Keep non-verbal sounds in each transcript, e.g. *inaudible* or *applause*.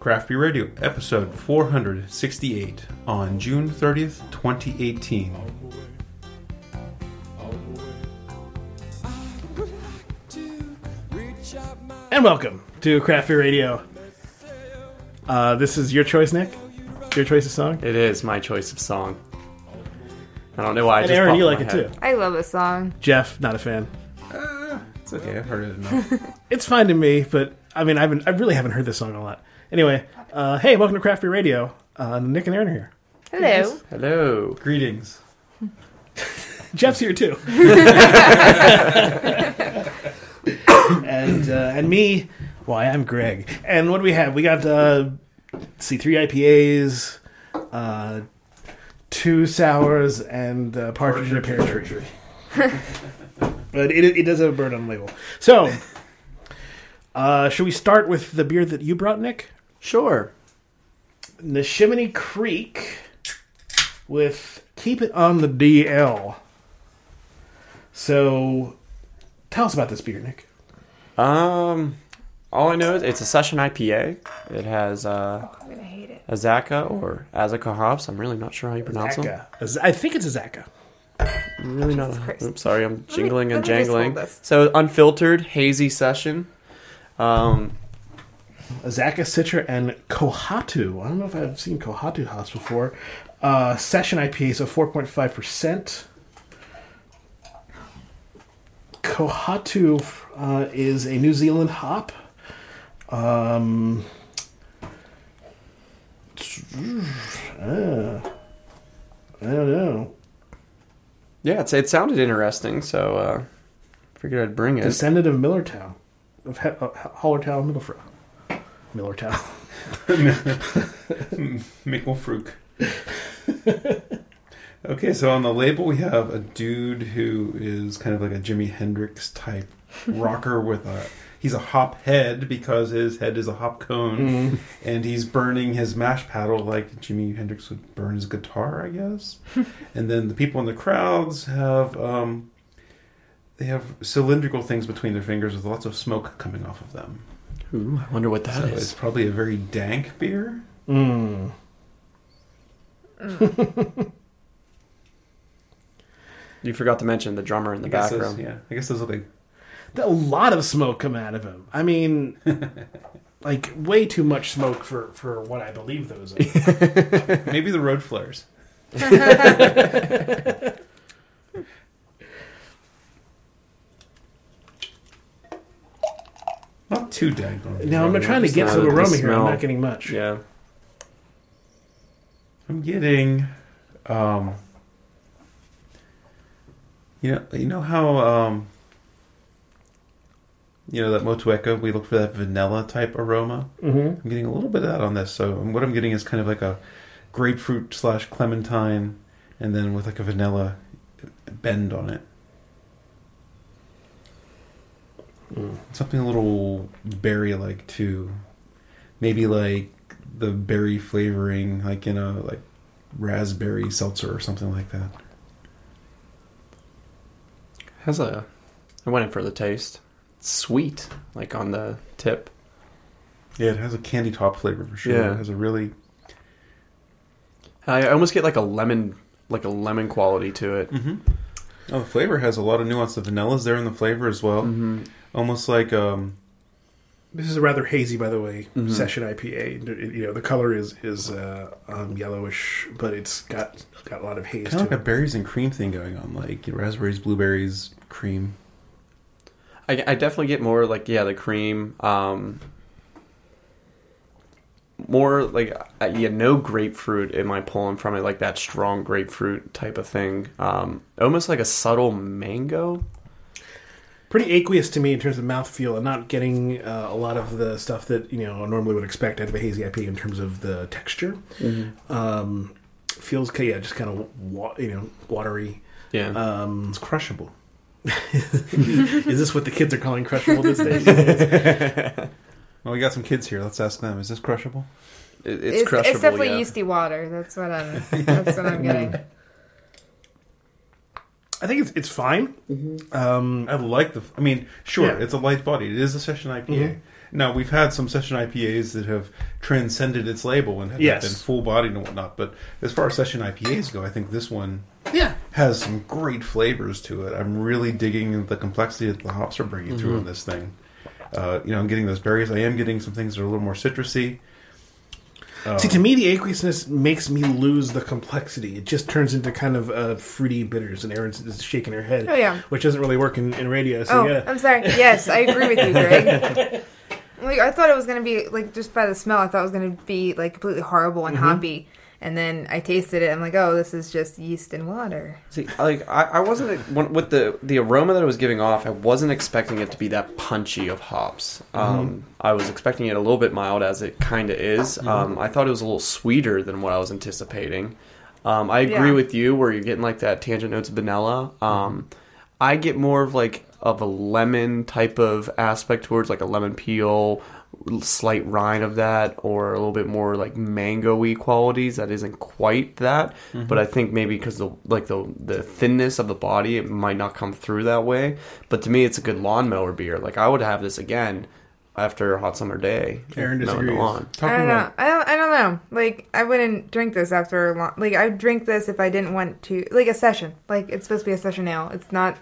Craft Beer Radio, episode 468, on June 30th, 2018. And welcome to Craft Beer Radio. Uh, this is your choice, Nick. Your choice of song. It is my choice of song. I don't know why. I And just Aaron, popped you in like my it head. too. I love this song. Jeff, not a fan. It's okay, I've heard it enough. It's fine to me, but I mean, I've been, I really haven't heard this song a lot. Anyway, uh, hey, welcome to Craft Beer Radio. Uh, Nick and Aaron are here. Hello. Hello. *laughs* Greetings. Jeff's here too. *laughs* and uh, and me, why I'm Greg. And what do we have? We got uh, let's see three IPAs, uh, two sours, and uh, partridge in a pear tree. *laughs* but it it does have a bird on the label. So, uh, should we start with the beer that you brought, Nick? Sure. Neshiminy Creek with Keep It on the DL. So, tell us about this beer, Nick. Um, all I know is it's a session IPA. It has uh, Oh, I'm gonna hate it. Azaka or Azaka hops. I'm really not sure how you pronounce them. Zaka. Az- I think it's a Zaka. I'm really not. Christ. I'm sorry. I'm jingling let and me just jangling. hold this. So unfiltered, hazy session. Um, A Zaka Citra and Kohatu. I don't know if I've seen Kohatu hops before. Uh, session IPA, so 4.5%. Kohatu uh, is a New Zealand hop. Um, uh, I don't know. yeah, it's, it sounded interesting, so uh, figured I'd bring it. Descendant of Millertown, of he- uh, Hollertown, Middlefro. Millertown. Micklefruk. *laughs* okay, so on the label we have a dude who is kind of like a Jimi Hendrix type rocker with a he's a hop head because his head is a hop cone Mm-hmm. *laughs* and he's burning his mash paddle like Jimi Hendrix would burn his guitar, I guess. and then the people in the crowds have um they have cylindrical things between their fingers with lots of smoke coming off of them. Ooh, I wonder what that So is. it's probably a very dank beer. Mm. You forgot to mention the drummer in the I guess those- background. yeah, I guess those look like a lot of smoke coming out of him. I *laughs* mean, like way too much smoke for for what I believe those *laughs* are. Maybe the road flares. Not too dank. now I'm trying to It's get not some the aroma here. I'm smell. not getting much. yeah. I'm getting, um, you know, you know how, um, you know that Motueka. We look for that vanilla type aroma. hmm I'm getting a little bit of that on this. So what I'm getting is kind of like a grapefruit slash clementine, and then with like a vanilla bend on it. Something a little berry like too. Maybe like the berry flavoring, like in a like raspberry seltzer or something like that. Has a. I went in for the taste. It's sweet, like on the tip. Yeah, it has a candy top flavor for sure. Yeah. It has a really I I almost get like a lemon, like a lemon quality to it. Oh, the flavor has a lot of nuance. The vanilla's there in the flavor as well. Mhm. Almost like um This is rather hazy, by the way. Mhm. Session IPA. It- You know, the color is is uh, um, yellowish, but it's got got a lot of haze Kind of to like a it. berries and cream thing going on, like you know, raspberries, blueberries, cream. I, I definitely get more like yeah, the cream. Um, more like uh, yeah, no grapefruit am I pulling from it, like that strong grapefruit type of thing. Um, almost like a subtle mango. Pretty aqueous to me in terms of mouthfeel. I'm not getting uh, a lot of the stuff that you know I normally would expect out of a hazy IPA in terms of the texture. Mm-hmm. Um, feels ki- yeah, just kind of wa- you know watery. Yeah, Um, It's crushable. Mm-hmm. is this what the kids are calling crushable these *laughs* days? Well, we got some kids here. Let's ask them. Is this crushable? it, it's, crushable. It's definitely yeah. yeasty water. That's what I'm. That's what I'm getting. I think it's it's fine. Um, I like the. I mean, sure, Yeah. Mm-hmm. it's a light body. It is a session IPA. Now we've had some session IPAs that have transcended its label and have Yes. been full bodied and whatnot. But as far as session IPAs go, I think this one yeah, has some great flavors to it. I'm really digging the complexity that the hops are bringing through Mm-hmm. in this thing. Uh, you know, I'm getting those berries. I am getting some things that are a little more citrusy. See, to me, the aqueousness makes me lose the complexity. It just turns into kind of uh, fruity bitters, and Erin's just shaking her head. Oh, yeah. Which doesn't really work in, in radio, so oh, yeah. I'm sorry. Yes, I agree with you, Greg. like I thought it was gonna be like just by the smell, I thought it was gonna be like completely horrible and hoppy. And then I tasted it. I'm like, oh, this is just yeast and water. See, like I, I wasn't when, with the the aroma that it was giving off. I wasn't expecting it to be that punchy of hops. Um, I was expecting it a little bit mild, as it kind of is. Um, I thought it was a little sweeter than what I was anticipating. Um, I agree Yeah. with you, where you're getting like that tangent notes of vanilla. Um, I get more of like of a lemon type of aspect towards like a lemon peel, slight rind of that, or a little bit more like mango-y qualities. That isn't quite that, Mm-hmm. but I think maybe because the like the the thinness of the body, it might not come through that way. But to me, it's a good lawnmower beer. Like I would have this again after a hot summer day. Aaron mowing the disagrees. lawn. I Talking don't know. about I don't, I don't know. Like, I wouldn't drink this after a long. Like, I would drink this if I didn't want to. Like, a session. Like, it's supposed to be a session now. It's not.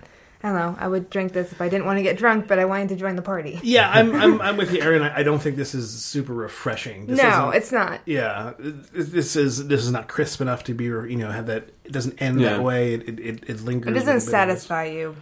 I don't know. I would drink this if I didn't want to get drunk, but I wanted to join the party. Yeah, I'm, I'm, I'm with you, Erin. I, I don't think this is super refreshing. This no, isn't- it's not. Yeah, it- it- this is this is not crisp enough to be you know have that it doesn't end Yeah. that way. It it, it, it lingers. a It little bit doesn't of this. satisfy you.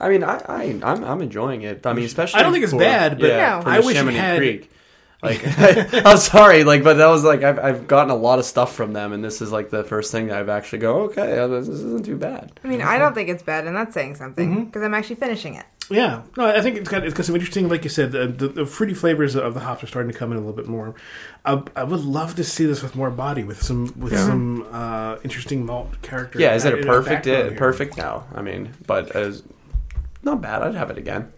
I mean, I, I I'm I'm enjoying it. I mean, especially I don't think it's bad, but No. for I the wish it Chamonix had- Creek. Like *laughs* *laughs* I'm sorry, like but that was like I've I've gotten a lot of stuff from them, and this is like the first thing that I've actually go okay, uh, this isn't too bad. I mean, I don't think it's bad, and that's saying something because I'm actually finishing it. Yeah, no, I think it's got it's got some interesting, like you said, the, the, the fruity flavors of the hops are starting to come in a little bit more. I, I would love to see this with more body, with some with some uh, interesting malt character. Yeah, is it a added perfect backbone uh, here. perfect now? I mean, but it's not bad. I'd have it again.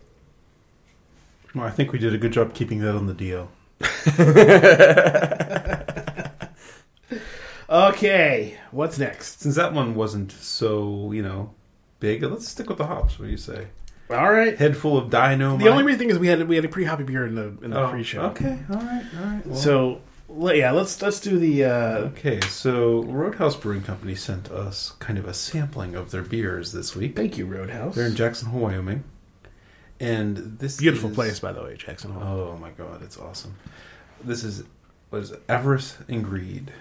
well, I think we did a good job keeping that on the DL. Okay, what's next? Since that one wasn't so you know big, let's stick with the hops. What do you say? All right. Head full of dynamite. Oh The only reason thing is we had we had a pre hoppy beer in the in the Oh, pre show. Okay, all right, all right. well- So le- yeah, let's let's do the uh, Okay, so Roadhouse Brewing Company sent us kind of a sampling of their beers this week. thank you Roadhouse. They're in Jackson Hole, Wyoming, and this Beautiful is- place, by the way, Jackson Hole. Oh my God, it's awesome. This is what is it? Avarice and Greed,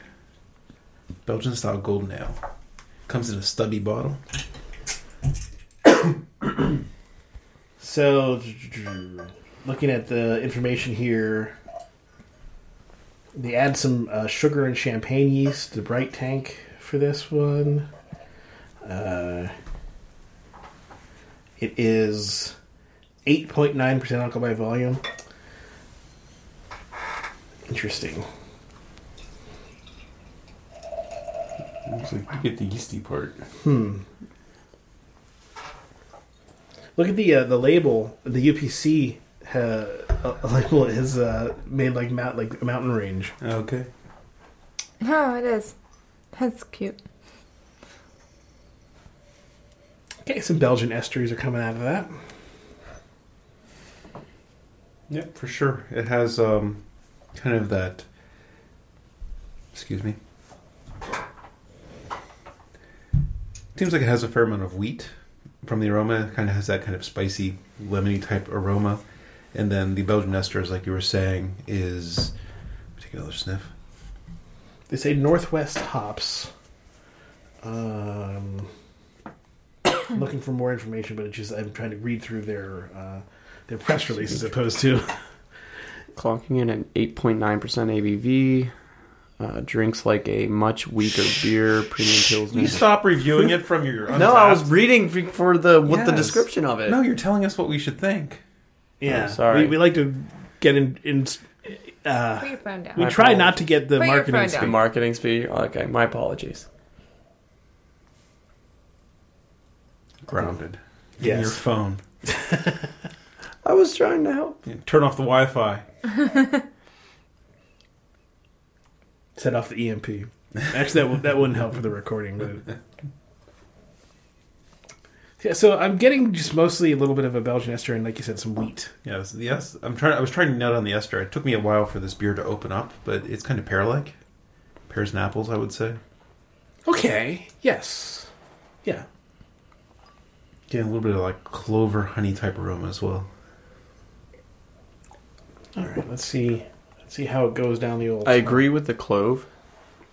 Belgian style golden ale. Comes in a stubby bottle. So, looking at the information here, they add some uh, sugar and champagne yeast, the bright tank for this one. Uh, it is 8.9% alcohol by volume. Interesting. Looks like you get the yeasty part. Look at the uh, the label. The UPC uh, uh, *laughs* label is uh, made like mount like a mountain range. Okay. Oh, it is. That's cute. Okay, some Belgian esteries are coming out of that. Yep, for sure. It has um, kind of that. Excuse me. Seems like it has a fair amount of wheat from the aroma. It kind of has that kind of spicy, lemony type aroma, and then the Belgian esters, like you were saying, is. Take another sniff. They say Northwest hops. Um, *coughs* looking for more information, but it's just I'm trying to read through their uh, their press release as opposed to Clocking in an 8.9% ABV. Uh, drinks like a much weaker beer, premium You pills. stop reviewing it from your. *laughs* No, I was reading f- for the what the Yes. description of it. No, you're telling us what we should think. *laughs* yeah. Oh, sorry. we, we like to get in. in uh, Put your phone down. we My try fault. not to get the Put your marketing. phone speak. The marketing speed. Okay, my apologies. Grounded. In Yes. your phone. I was trying to help. Turn off the Wi-Fi. Set off the E EMP. Actually, that wou- that wouldn't help for the recording. But Yeah, so I'm getting just mostly a little bit of a Belgian ester and, like you said, some wheat. Yes, the es- I'm trying. I was trying to nut on the ester. It took me a while for this beer to open up, but it's kind of pear-like, pears and apples, I would say. Okay. Yes. Yeah. Getting a little bit of like clover honey type aroma as well. All right. Let's see. Let's see how it goes down the old. I agree with the clove.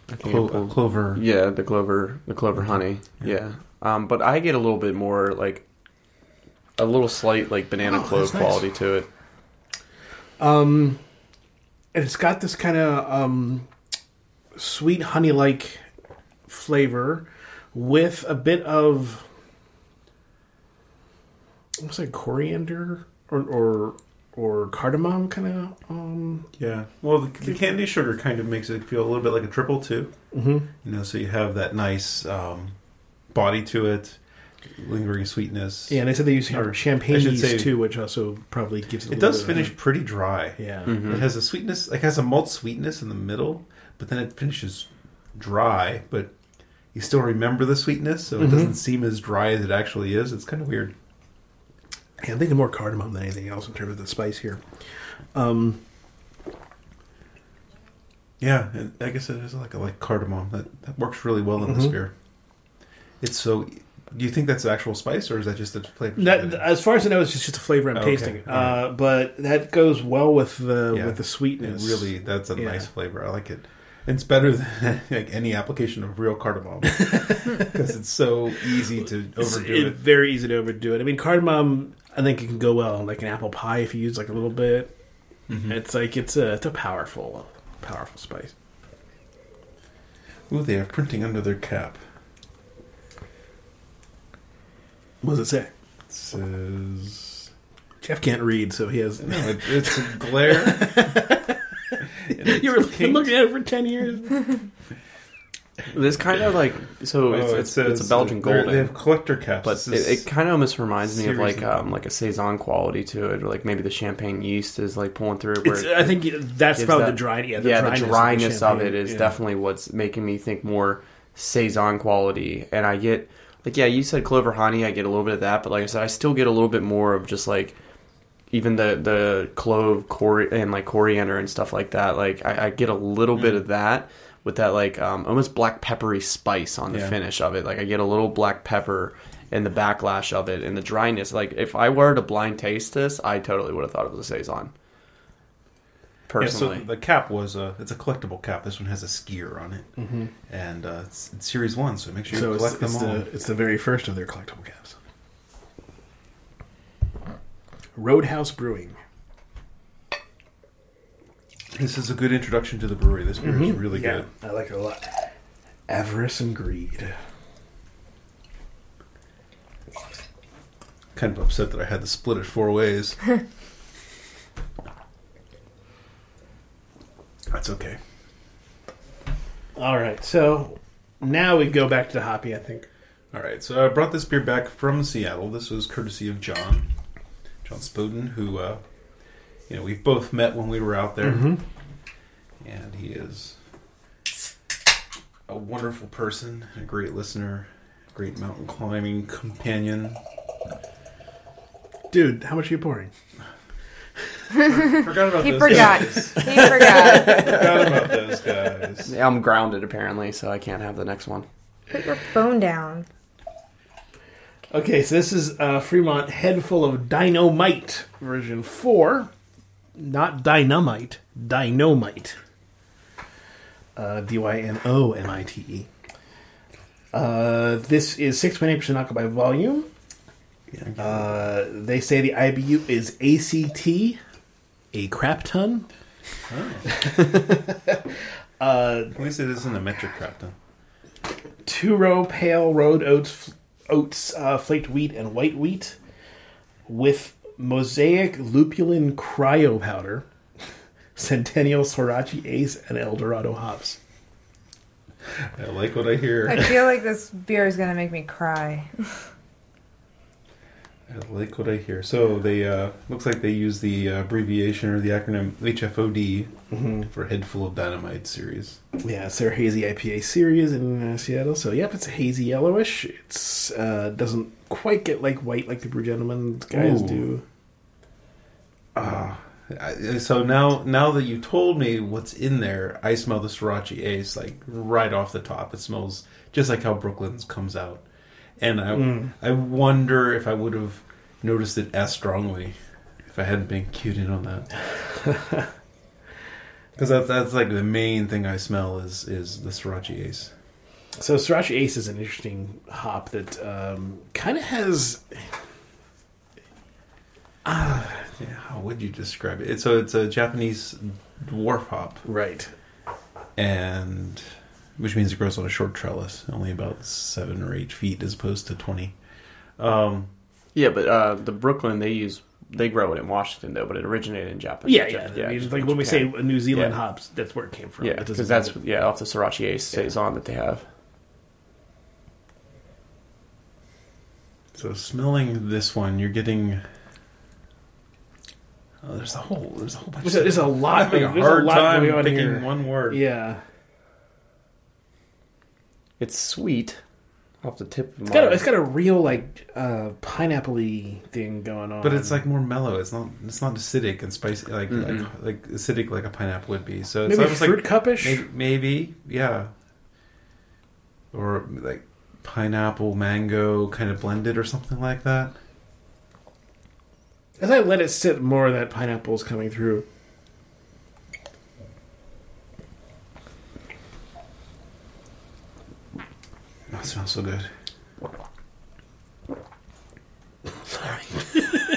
I think it Clo- pulls- clover. Yeah, the clover, the clover honey. Yeah. Um, but I get a little bit more like a little slight like banana Oh, clove that's nice. quality to it. Um, and it's got this kind of um, sweet honey-like flavor with a bit of what's it, coriander or or or cardamom kind of um Yeah. Well, the, the candy sugar kind of makes it feel a little bit like a triple too. mhm. You know, so you have that nice um, body to it, lingering sweetness. yeah and they said they use Or, champagne I should yeast say- too which also probably gives it, a It little does bit of a- finish Mm-hmm. pretty dry. yeah It has a sweetness, like has a malt sweetness in the middle, but then it finishes dry, but you still remember the sweetness, so it doesn't seem as dry as it actually is. It's kind of weird. Yeah, I'm thinking more cardamom than anything else in terms of the spice here. Um, Yeah, and I guess it is like a like cardamom that that works really well in this beer. It's so. Do you think that's the actual spice, or is that just the flavor? that, as far as I know, it's just, just a flavor I'm Okay, tasting, all right. uh, but that goes well with the Yeah, with the It sweetness. really, that's a Yeah. nice flavor. I like it. It's better than *laughs* like any application of real *laughs* cardamom because it's so easy to It's- overdo it- it. very easy to overdo it. I mean, cardamom, I think it can go well in like an apple pie if you use like a little bit. It's like it's a it's a powerful powerful spice. Ooh, they have printing under their cap. What does it say? It says Jeff can't read, so he *laughs* has. no. It, it's a *laughs* glare. And it's you were pink. looking at it for ten years. This kind of like Oh, so it's it it's, says it's a Belgian they're- golden, They have collector caps. but This it, is- it kind of almost reminds me of series like of- um like a saison quality to it, or like maybe the champagne yeast is like pulling through. Where It's, it I think that's gives probably that- the dry. Yeah, the yeah, dryness, the dryness of, champagne. it is Yeah. definitely what's making me think more saison quality, and I get like yeah, you said clover honey, I get a little bit of that, but like I said, I still get a little bit more of just like even the the clove cori- and like coriander and stuff like that. Like I, I get a little Mm. bit of that with that like um, almost black peppery spice on the Yeah. finish of it. Like I get a little black pepper and the backlash of it and the dryness. Like if I were to blind taste this, I totally would have thought it was a saison. Yeah, so Personally, the cap was a it's a collectible cap. This one has a skier on it, and uh, it's, it's series one. So make sure you Mm-hmm. So it's, collect it's, them all. the, it's the very first of their collectible caps. Roadhouse Brewing. This is a good introduction to the brewery. This beer Mm-hmm. is really good. I like it a lot. Avarice and Greed. Kind of upset that I had to split it four ways. *laughs* That's okay. All right, so now we go back to the hoppy, I think. All right, so I brought this beer back from Seattle. This was courtesy of John, John Spoden, who uh, you know we've both met when we were out there, Mm-hmm. and he is a wonderful person, a great listener, a great mountain climbing companion. Dude, how much are you pouring? *laughs* Forgot about He those forgot. guys. He *laughs* forgot. Forgot about those *laughs* guys. I'm grounded apparently, so I can't have the next one. Put your phone down. Okay, so this is uh, Fremont Head Full of Dynamite version 4. Not dynamite, dynamite. Uh, D Y N O M I T E. Uh, this is 6.8% alcohol by volume. Uh, they say the IBU is ACT, a crap ton. *laughs* uh, At least it isn't a metric crap, though. two row pale rolled oats, oats uh, flaked wheat, and white wheat with mosaic lupulin cryo powder, *laughs* centennial sriracha ace, and Eldorado hops. I like what I hear. I feel like this beer is gonna make me cry. I like what I hear. So they uh, looks like they use the uh, abbreviation or the acronym HFOD for Head Full of Dynamite series. Yeah, it's their hazy IPA series in uh, Seattle. So, yep, it's hazy yellowish. It's uh, doesn't quite get like white like the Brew Gentleman guys Ooh. do. Ah, I- I- so now now that you told me what's in there, I smell the Sriracha Ace like right off the top. It smells just like how Brooklyn's comes out, and I I wonder if I would have noticed it as strongly if I hadn't been cued in on that. Because that's that's like the main thing I smell is is the Sriracha Ace. So Sriracha Ace is an interesting hop that um, kind of has Yeah, how would you describe it? It's so it's a Japanese dwarf hop. right. and which means it grows on a short trellis, only about seven or eight feet as opposed to twenty. Um, Yeah, but uh, the Brooklyn they use they grow it in Washington though, but it originated in Japan. Yeah, yeah. Japan- I mean, like when we say New Zealand Yeah. hops, that's where it came from. yeah, It doesn't- because that's yeah off the Sriracha Ace Yeah. saison that they have. so smelling this one, you're getting. Oh, there's a whole there's a whole bunch. There's a, there's a I'm lot. having a There's hard a lot time going on picking here. one word. Yeah, It's sweet off the tip. Of it's got a, *laughs* it's got a real like uh, pineapple-y thing going on. But it's like more mellow. It's not. It's not acidic and spicy like like, like acidic like a pineapple would be. So it's maybe almost like fruit cupish. maybe, maybe yeah, or like pineapple mango kind of blended or something like that. As I let it sit, more of that pineapple is coming through. Oh, it smells so good.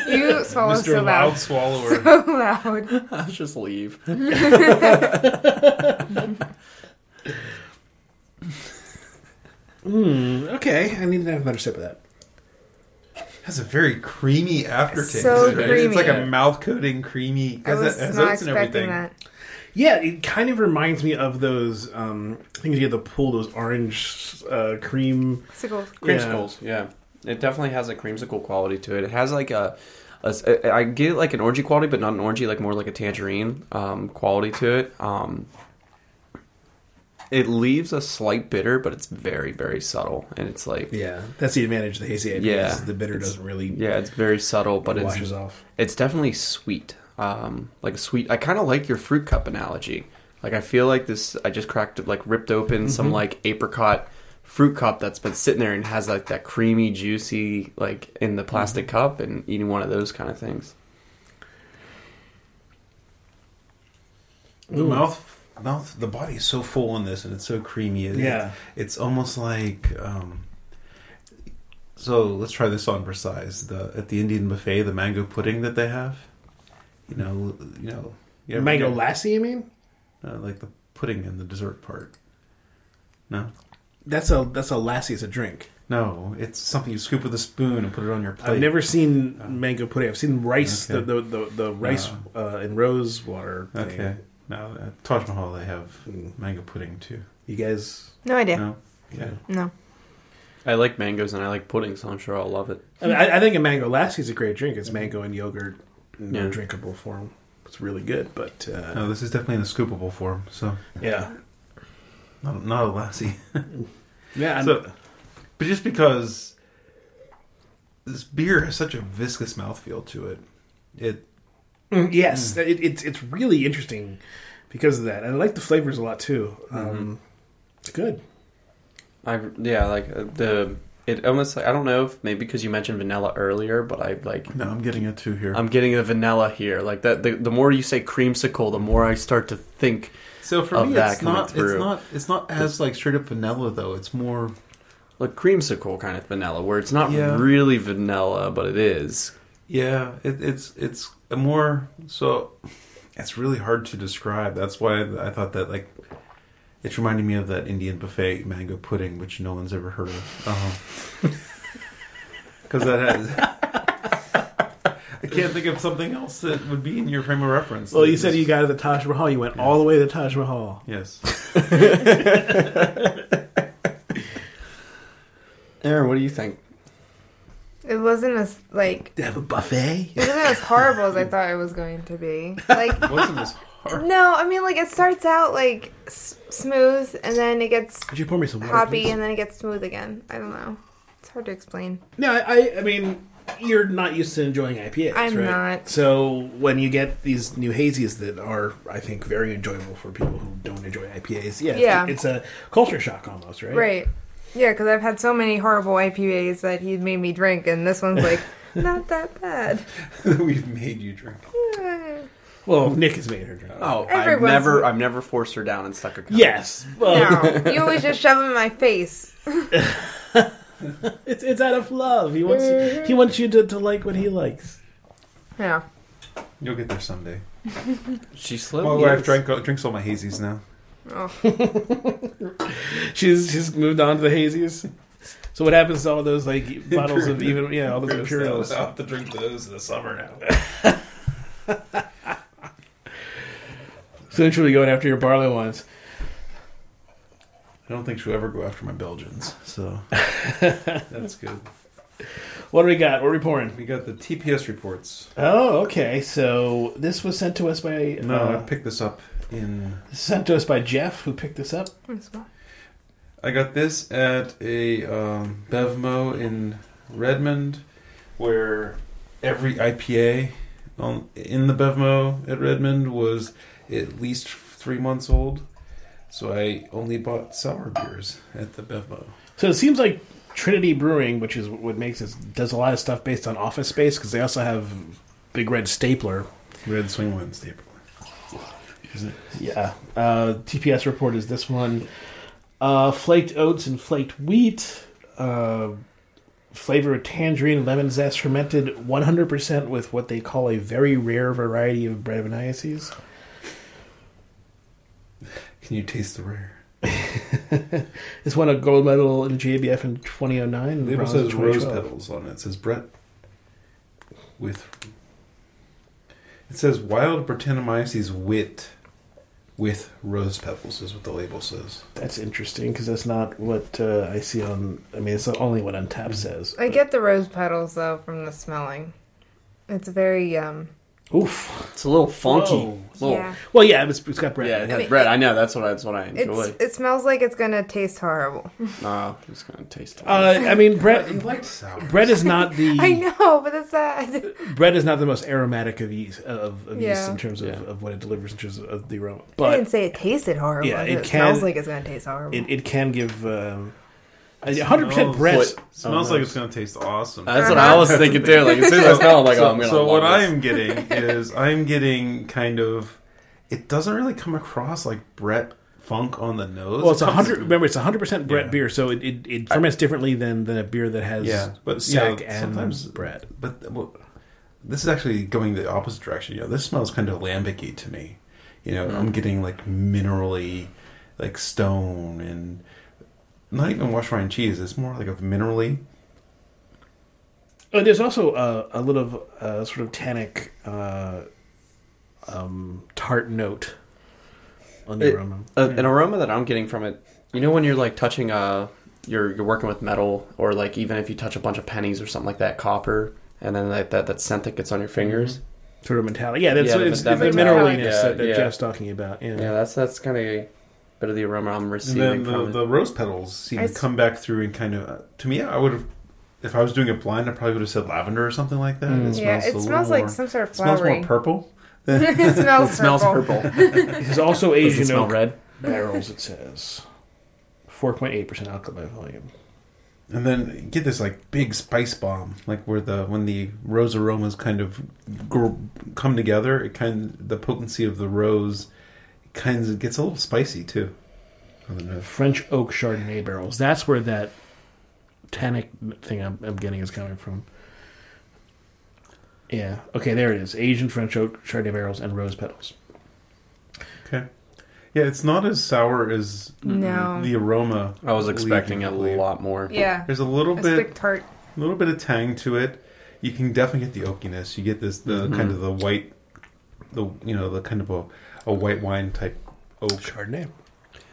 You swallow Mr. Oh, so Loud loud. Swallower. *laughs* So loud. Let's just leave. Mm, okay, I need to have a better sip of that. has a very creamy aftertaste. So right? It's like a creamy. mouth coating, creamy. I Has was that, has not oats and expecting everything. that. Yeah, it kind of reminds me of those um, things you get at the pool, those orange uh, cream. Sickles. Creamsicles, yeah. It definitely has a creamsicle quality to it. It has like a, a I get like an orangey quality, but not an orangey, like more like a tangerine um, quality to it. Um, it leaves a slight bitter, but it's very very subtle, and it's like yeah, Yeah, that's the advantage of the hazy IPA. Yeah. is the bitter doesn't really it's very subtle, but it's washes off. it's definitely sweet. Um, like a sweet. I kind of like your fruit cup analogy. Like I feel like this. I just cracked like ripped open some like apricot fruit cup that's been sitting there and has like that creamy, juicy like in the plastic cup and eating one of those kind of things. The mouth, mouth, the body is so full on this, and it's so creamy. It- Yeah. it's almost like. Um, so let's try this on for size. The at the Indian buffet, the mango pudding that they have. You know, you know, you ever Mango get- lassi, you mean? uh, like the pudding in the dessert part. No, That's a that's a lassi as a drink. no, it's something you scoop with a spoon and put it on your plate. I've never seen mango pudding. I've seen rice, Okay. the, the the the rice uh, and rose water. Thing. Mm. Okay. Now at Taj Mahal they have mango pudding too. you guys. No idea. No. No. Yeah. I like mangoes and I like pudding, so I'm sure I'll love it. I, mean, I, I think a mango lassi is a great drink. It's mango and yogurt in a Yeah. drinkable form. It's really good, but uh, No, this is definitely in a scoopable form, so yeah, not, not a lassie. yeah. I'm- So- but just because this beer has such a viscous mouthfeel to it, it Mm, yes, that- it, it's it's really interesting because of that. And I like the flavors a lot too. Um, It's good. I yeah, like uh, the it almost like I don't know if maybe because you mentioned vanilla earlier, but I like no, I'm getting a two here. I'm getting a vanilla here. Like that, the, the more you say creamsicle, the more I start to think so for of me, that it's coming not through. it's not it's not as like straight up vanilla though. It's more like creamsicle kind of vanilla, where it's not Yeah. really vanilla, but it is. yeah, it, it's it's a more so it's really hard to describe. That's why I thought that like it reminded me of that Indian buffet mango pudding, which no one's ever heard of. *laughs* Because that has. I can't think of something else that would be in your frame of reference. Well, you said you got to the Taj Mahal. You went all the way to the Taj Mahal. Yes. Aaron, what do you think? It wasn't as like They have a buffet. it wasn't as horrible as I thought it was going to be. Like Wasn't as *laughs* hard. no, I mean like it starts out like s- smooth and then it gets Could you pour me some water? hoppy please? and then it gets smooth again. I don't know. It's hard to explain. No, I, I mean, you're not used to enjoying IPAs. I'm right? not. So when you get these new hazies that are, I think, very enjoyable for people who don't enjoy IPAs, yeah, Yeah. It's, a culture shock almost, right? Right. Yeah, because I've had so many horrible IPAs that he made me drink, and this one's like not that bad. We've made you drink. Yeah. Well, Nick has made her drink. Oh, I've Everyone's- never, I've never forced her down and stuck a cup. Yes. Well, No, you always just shove them in my face. it's it's out of love. He wants he wants you to, to like what he likes. Yeah. You'll get there someday. she slowly. My wife drank, uh, drinks all my hazies now. Oh. She's she's moved on to the hazies. So what happens to all those like bottles of Imperial. even yeah all those imperials? I'll have to drink those in the summer now. Essentially going after your barley wines. I don't think she'll ever go after my Belgians, so that's good. What do we got? What are we pouring? We got the TPS reports. Oh, okay. So this was sent to us by No, I uh, picked this up in. sent to us by Jeff, who picked this up. That's well. I got this at a um, Bevmo in Redmond, where every IPA on, in the Bevmo at Redmond was at least three months old. So I only bought sour beers at the Bevmo. So it seems like Trinity Brewing, which is what makes this, does a lot of stuff based on Office Space because they also have Big Red Stapler. Red Swing Wednesday. April. Isn't it? Yeah. Uh, TPS report is this one: uh, flaked oats and flaked wheat. Uh, Flavor of tangerine, lemon zest, fermented 100% with what they call a very rare variety of Brevinaceae. Can you taste the rare? This won a gold medal in JBF in 2009. and The label bronze in says rose 2012. petals on it. It says Brett with. It says wild Brettanomyces wit with rose petals is what the label says. That's interesting because that's not what uh, I see on. I mean, it's not only what Untap says. Mm-hmm. I get the rose petals though from the smelling. It's very um. Oof. It's a little funky. Whoa. Little- Yeah. Well, yeah, it's, it's got bread. Yeah, it I has mean, bread. I know. That's what I, that's what I It's *laughs* enjoy. it smells like it's gonna taste horrible. Nah, it's gonna taste. Uh, I mean, bread. liked sour. Bread is not the *laughs* I know, but that's sad. *laughs* bread is not the most aromatic of yeast uh, of, of yeast Yeah. in terms of, Yeah. of what it delivers in terms of, of the aroma, I didn't but say it tasted horrible. Yeah, I it said it, can- smells like it's gonna taste horrible. it, it can give um, hundred percent bread. What- Smells Oh, like no. it's going to taste awesome. That's what I Uh-huh. *laughs* was thinking too. Like as soon as I smell, it, I'm like, oh, I'm gonna. so love what this. I'm getting is I'm getting kind of. It doesn't really come across like Brett funk on the nose. Well, it's It comes- hundred. Remember, it's hundred percent Brett Yeah. beer, so it, it, it ferments differently than, than a beer that has Yeah, but, you know, sack and sometimes- bread. But well, this is actually going the opposite direction. You know, this smells kind of lambicy to me. You know, I'm getting like minerally, like stone and not even washed rind cheese. It's more like a minerally. Oh, there's also uh, a little uh, sort of tannic uh, um, tart note on the It- aroma. a, Uh, an aroma that I'm getting from it. You know when you're like touching a, you're you're working with metal, or like even if you touch a bunch of pennies or something like that, copper, and then like that that scent that gets on your fingers. Sort of metallic. Yeah, that's Yeah, it's, that it's the metallic- mineraliness Yeah, that, that yeah. Jeff's talking about. Yeah. Yeah, that's that's kind of a bit of the aroma I'm And receiving then the, from it. the rose petals seem to It's- come back through and kind of. uh, To me, I would have, if I was doing it blind, I probably would have said lavender or something like that. It yeah, smells a it little smells like more- some sort of it smells flowery. more purple. it *laughs* smells, It smells purple. purple. This is also Does it Asian smell oak red? barrels, it says. 4.8% alcohol by volume. And then get this like big spice bomb, like where the when the rose aromas kind of gr- come together, it kind the potency of the rose kind of gets a little spicy too. On the nose. French oak Chardonnay barrels. That's where that tannic thing I'm, I'm getting is coming from. Yeah. Okay, there it is. Asian French oak Chardonnay barrels and rose petals. Okay, yeah, it's not as sour as No. the aroma. I was expecting a leads you to believe. lot more. Yeah, There's a little it's bit, like tart. a little bit of tang to it. You can definitely get the oakiness. You get this the Mm-hmm. kind of the white, the you know the kind of a, a white wine type oak. Chardonnay.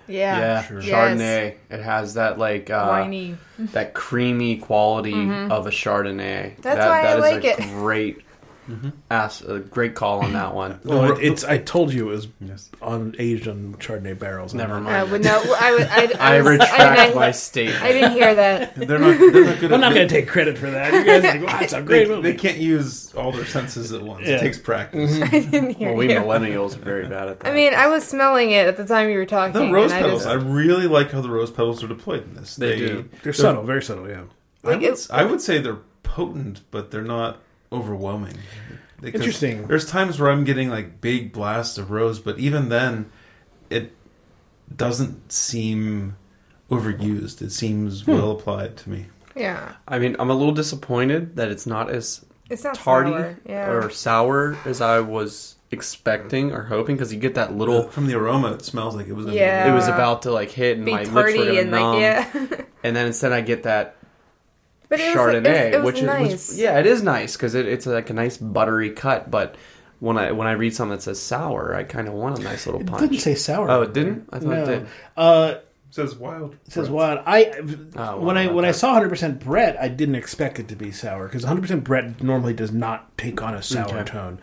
Yeah. Yeah, Sure. Yes. Chardonnay. It has that like uh, Whiny. Mm-hmm. that creamy quality of a Chardonnay. That's that, why that I is like a it. Great, Mm-hmm. ass, a great call on that one. Well, it- it's. I told you it was Yes. on aged on Chardonnay barrels. Never mind. I would Uh, no. I would. I, I, *laughs* I was- retract *laughs* I, I, my I statement. didn't *laughs* hear that. They're not. They're not good. I'm not at, going to take credit for that. You guys *laughs* are like, wow, it's a they, great they, movie. can't use all their senses at once. Yeah. It takes practice. I didn't hear Well, we you. millennials are very bad at that. I mean, I was smelling it at the time you were talking. The rose and I petals. just- I really like how the rose petals are deployed in this. They do. They're subtle, very subtle. Yeah. I Like, would, it's- I would say they're potent, but they're not overwhelming. Because Interesting. There's times where I'm getting like big blasts of rose, but even then, it doesn't seem overused. It seems Hmm. well applied to me. yeah. I mean, I'm a little disappointed that it's not as It's not tardy sour. Yeah. or sour as I was expecting or hoping because you get that little. From the aroma, it smells like it was. gonna be- Yeah. It was about to like hit, and be my lips were tardy gonna and numb. like yeah. *laughs* And then instead, I get that but it was, Chardonnay, like, it was, it was which nice. is was, yeah, it is nice because it, it's like a nice buttery cut. But when I when I read something that says sour, I kind of want a nice little It punch. didn't say sour. Oh, it didn't? I thought it did. Uh, It says wild. It says fruit. wild. I Oh, well, when I when I okay. saw 100% Brett, I didn't expect it to be sour because 100% Brett normally does not take on a sour Okay. tone.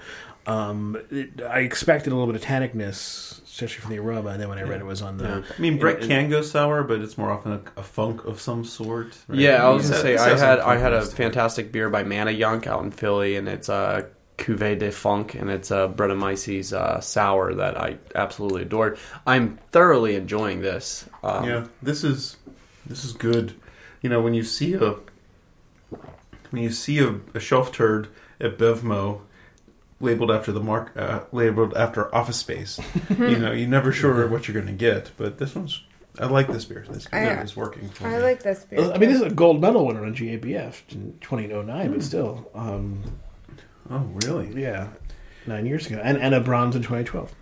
Um, it, I expected a little bit of tannicness, especially from the aroma, and then when I read it was on the Yeah. I mean, Brett It- it- can go sour, but it's more often a, a funk of some sort. right? Yeah, I was He's gonna had- say he's I some had I funkiness had a to it. fantastic beer by Mana Yonk out in Philly, and it's a Cuvée de Funk, and it's a Brettanomyces uh, sour that I absolutely adored. I'm thoroughly enjoying this. Um, yeah, this is this is good. You know, when you see a when you see a, a shelf turd at Bevmo labeled after the mark uh, labeled after Office *laughs* Space, you know, you're never sure what you're going to get. But this one's I like this beer. This beer I- is working for I me. like this beer. I mean, this is a gold medal winner on GABF in 2009, Hmm. but still, um, oh, really? yeah, nine years ago, and and a bronze in 2012.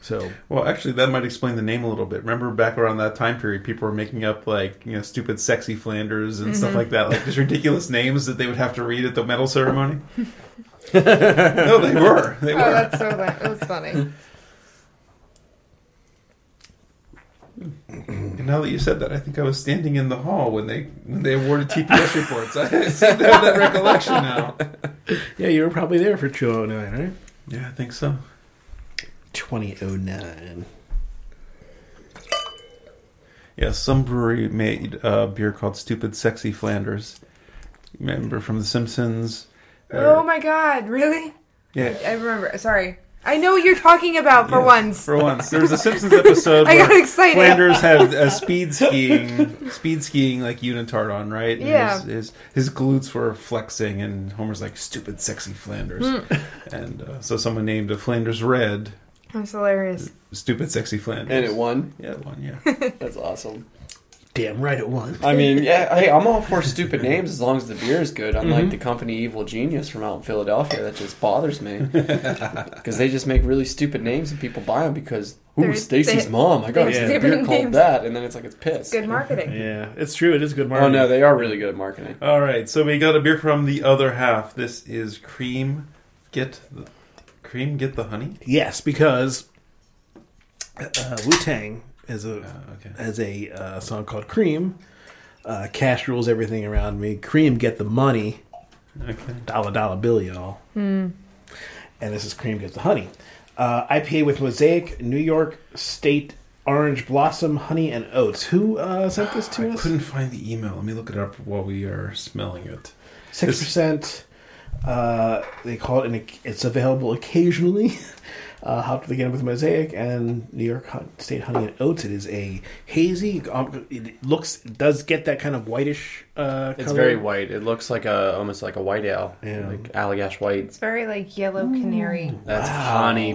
So Well, actually, that might explain the name a little bit. Remember back around that time period, people were making up like you know stupid, sexy Flanders and Mm-hmm. stuff like that, like just ridiculous names that they would have to read at the medal *laughs* ceremony. no, they were. They oh, were. that's so. la- It was *laughs* funny. And now that you said that, I think I was standing in the hall when they when they awarded TPS reports. I *laughs* seem to have that recollection now. yeah, you were probably there for 2009, right? Yeah, I think so. 2009. Yeah, some brewery made a beer called Stupid Sexy Flanders. Remember from The Simpsons? oh my god! Really? Yeah, I remember. Sorry. I know what you're talking about for Yeah, once. For *laughs* once, there was a Simpsons episode I where got excited. Flanders had *laughs* a speed skiing, speed skiing like unitard on, right? And His, Yeah. his his glutes were flexing, and Homer's like, "Stupid, sexy Flanders," Hmm. and uh, so someone named a Flanders Red, That was hilarious. "Stupid, sexy Flanders," and it won. Yeah, it won. Yeah. *laughs* That's awesome. Damn right it won. I mean, yeah, hey, I'm all for stupid names as long as the beer is good. Unlike Mm-hmm. the company Evil Genius from out in Philadelphia, that just *laughs* bothers me because they just make really stupid names and people buy them because ooh, They're- Stacy's they- mom. I got they a have beer stupid called names. that, and then it's like it's piss. Good marketing. Yeah, it's true. It is good Oh marketing. no, they are really good at marketing. All right, so we got a beer from the other half. This is cream. Get the cream. Get the honey. Yes, because uh, Wu Tang has a Uh, okay. has a uh, song called "Cream." Uh, cash rules everything around me. Cream, get the money, Okay. dollar dollar bill, y'all. And this is cream, get the honey. Uh, IPA with mosaic, New York State orange blossom, honey, and oats. Who uh, sent this to I us? couldn't find the email. Let me look it up while we are smelling it. six percent. Uh, they call it an. It's available occasionally. *laughs* Uh, hopped again with mosaic and New York Hon- State honey and oats. It is a hazy. Um, it looks it does get that kind of whitish. Uh, It's color. very white. It looks like a almost like a white ale, Yeah. like Allagash white. It's very like yellow canary. That's honey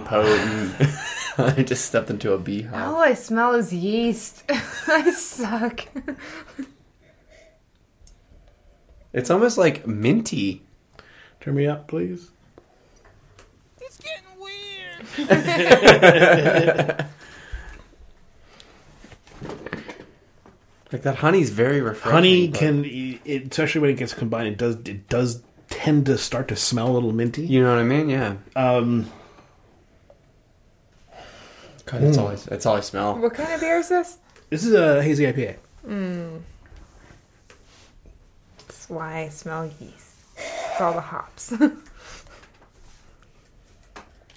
*laughs* potent. *laughs* I just stepped into a beehive. All I smell is yeast. *laughs* I suck. It's almost like minty. Turn me up, please. It's getting weird. Like that honey's very refreshing. Honey but- can, e, it, especially when it gets combined, it does it does tend to start to smell a little minty. You know what I mean? Yeah. Um, God, that's all. I, that's all I smell. What kind of beer is this? This is a hazy IPA. That's why I smell yeast. It's all the hops. *laughs*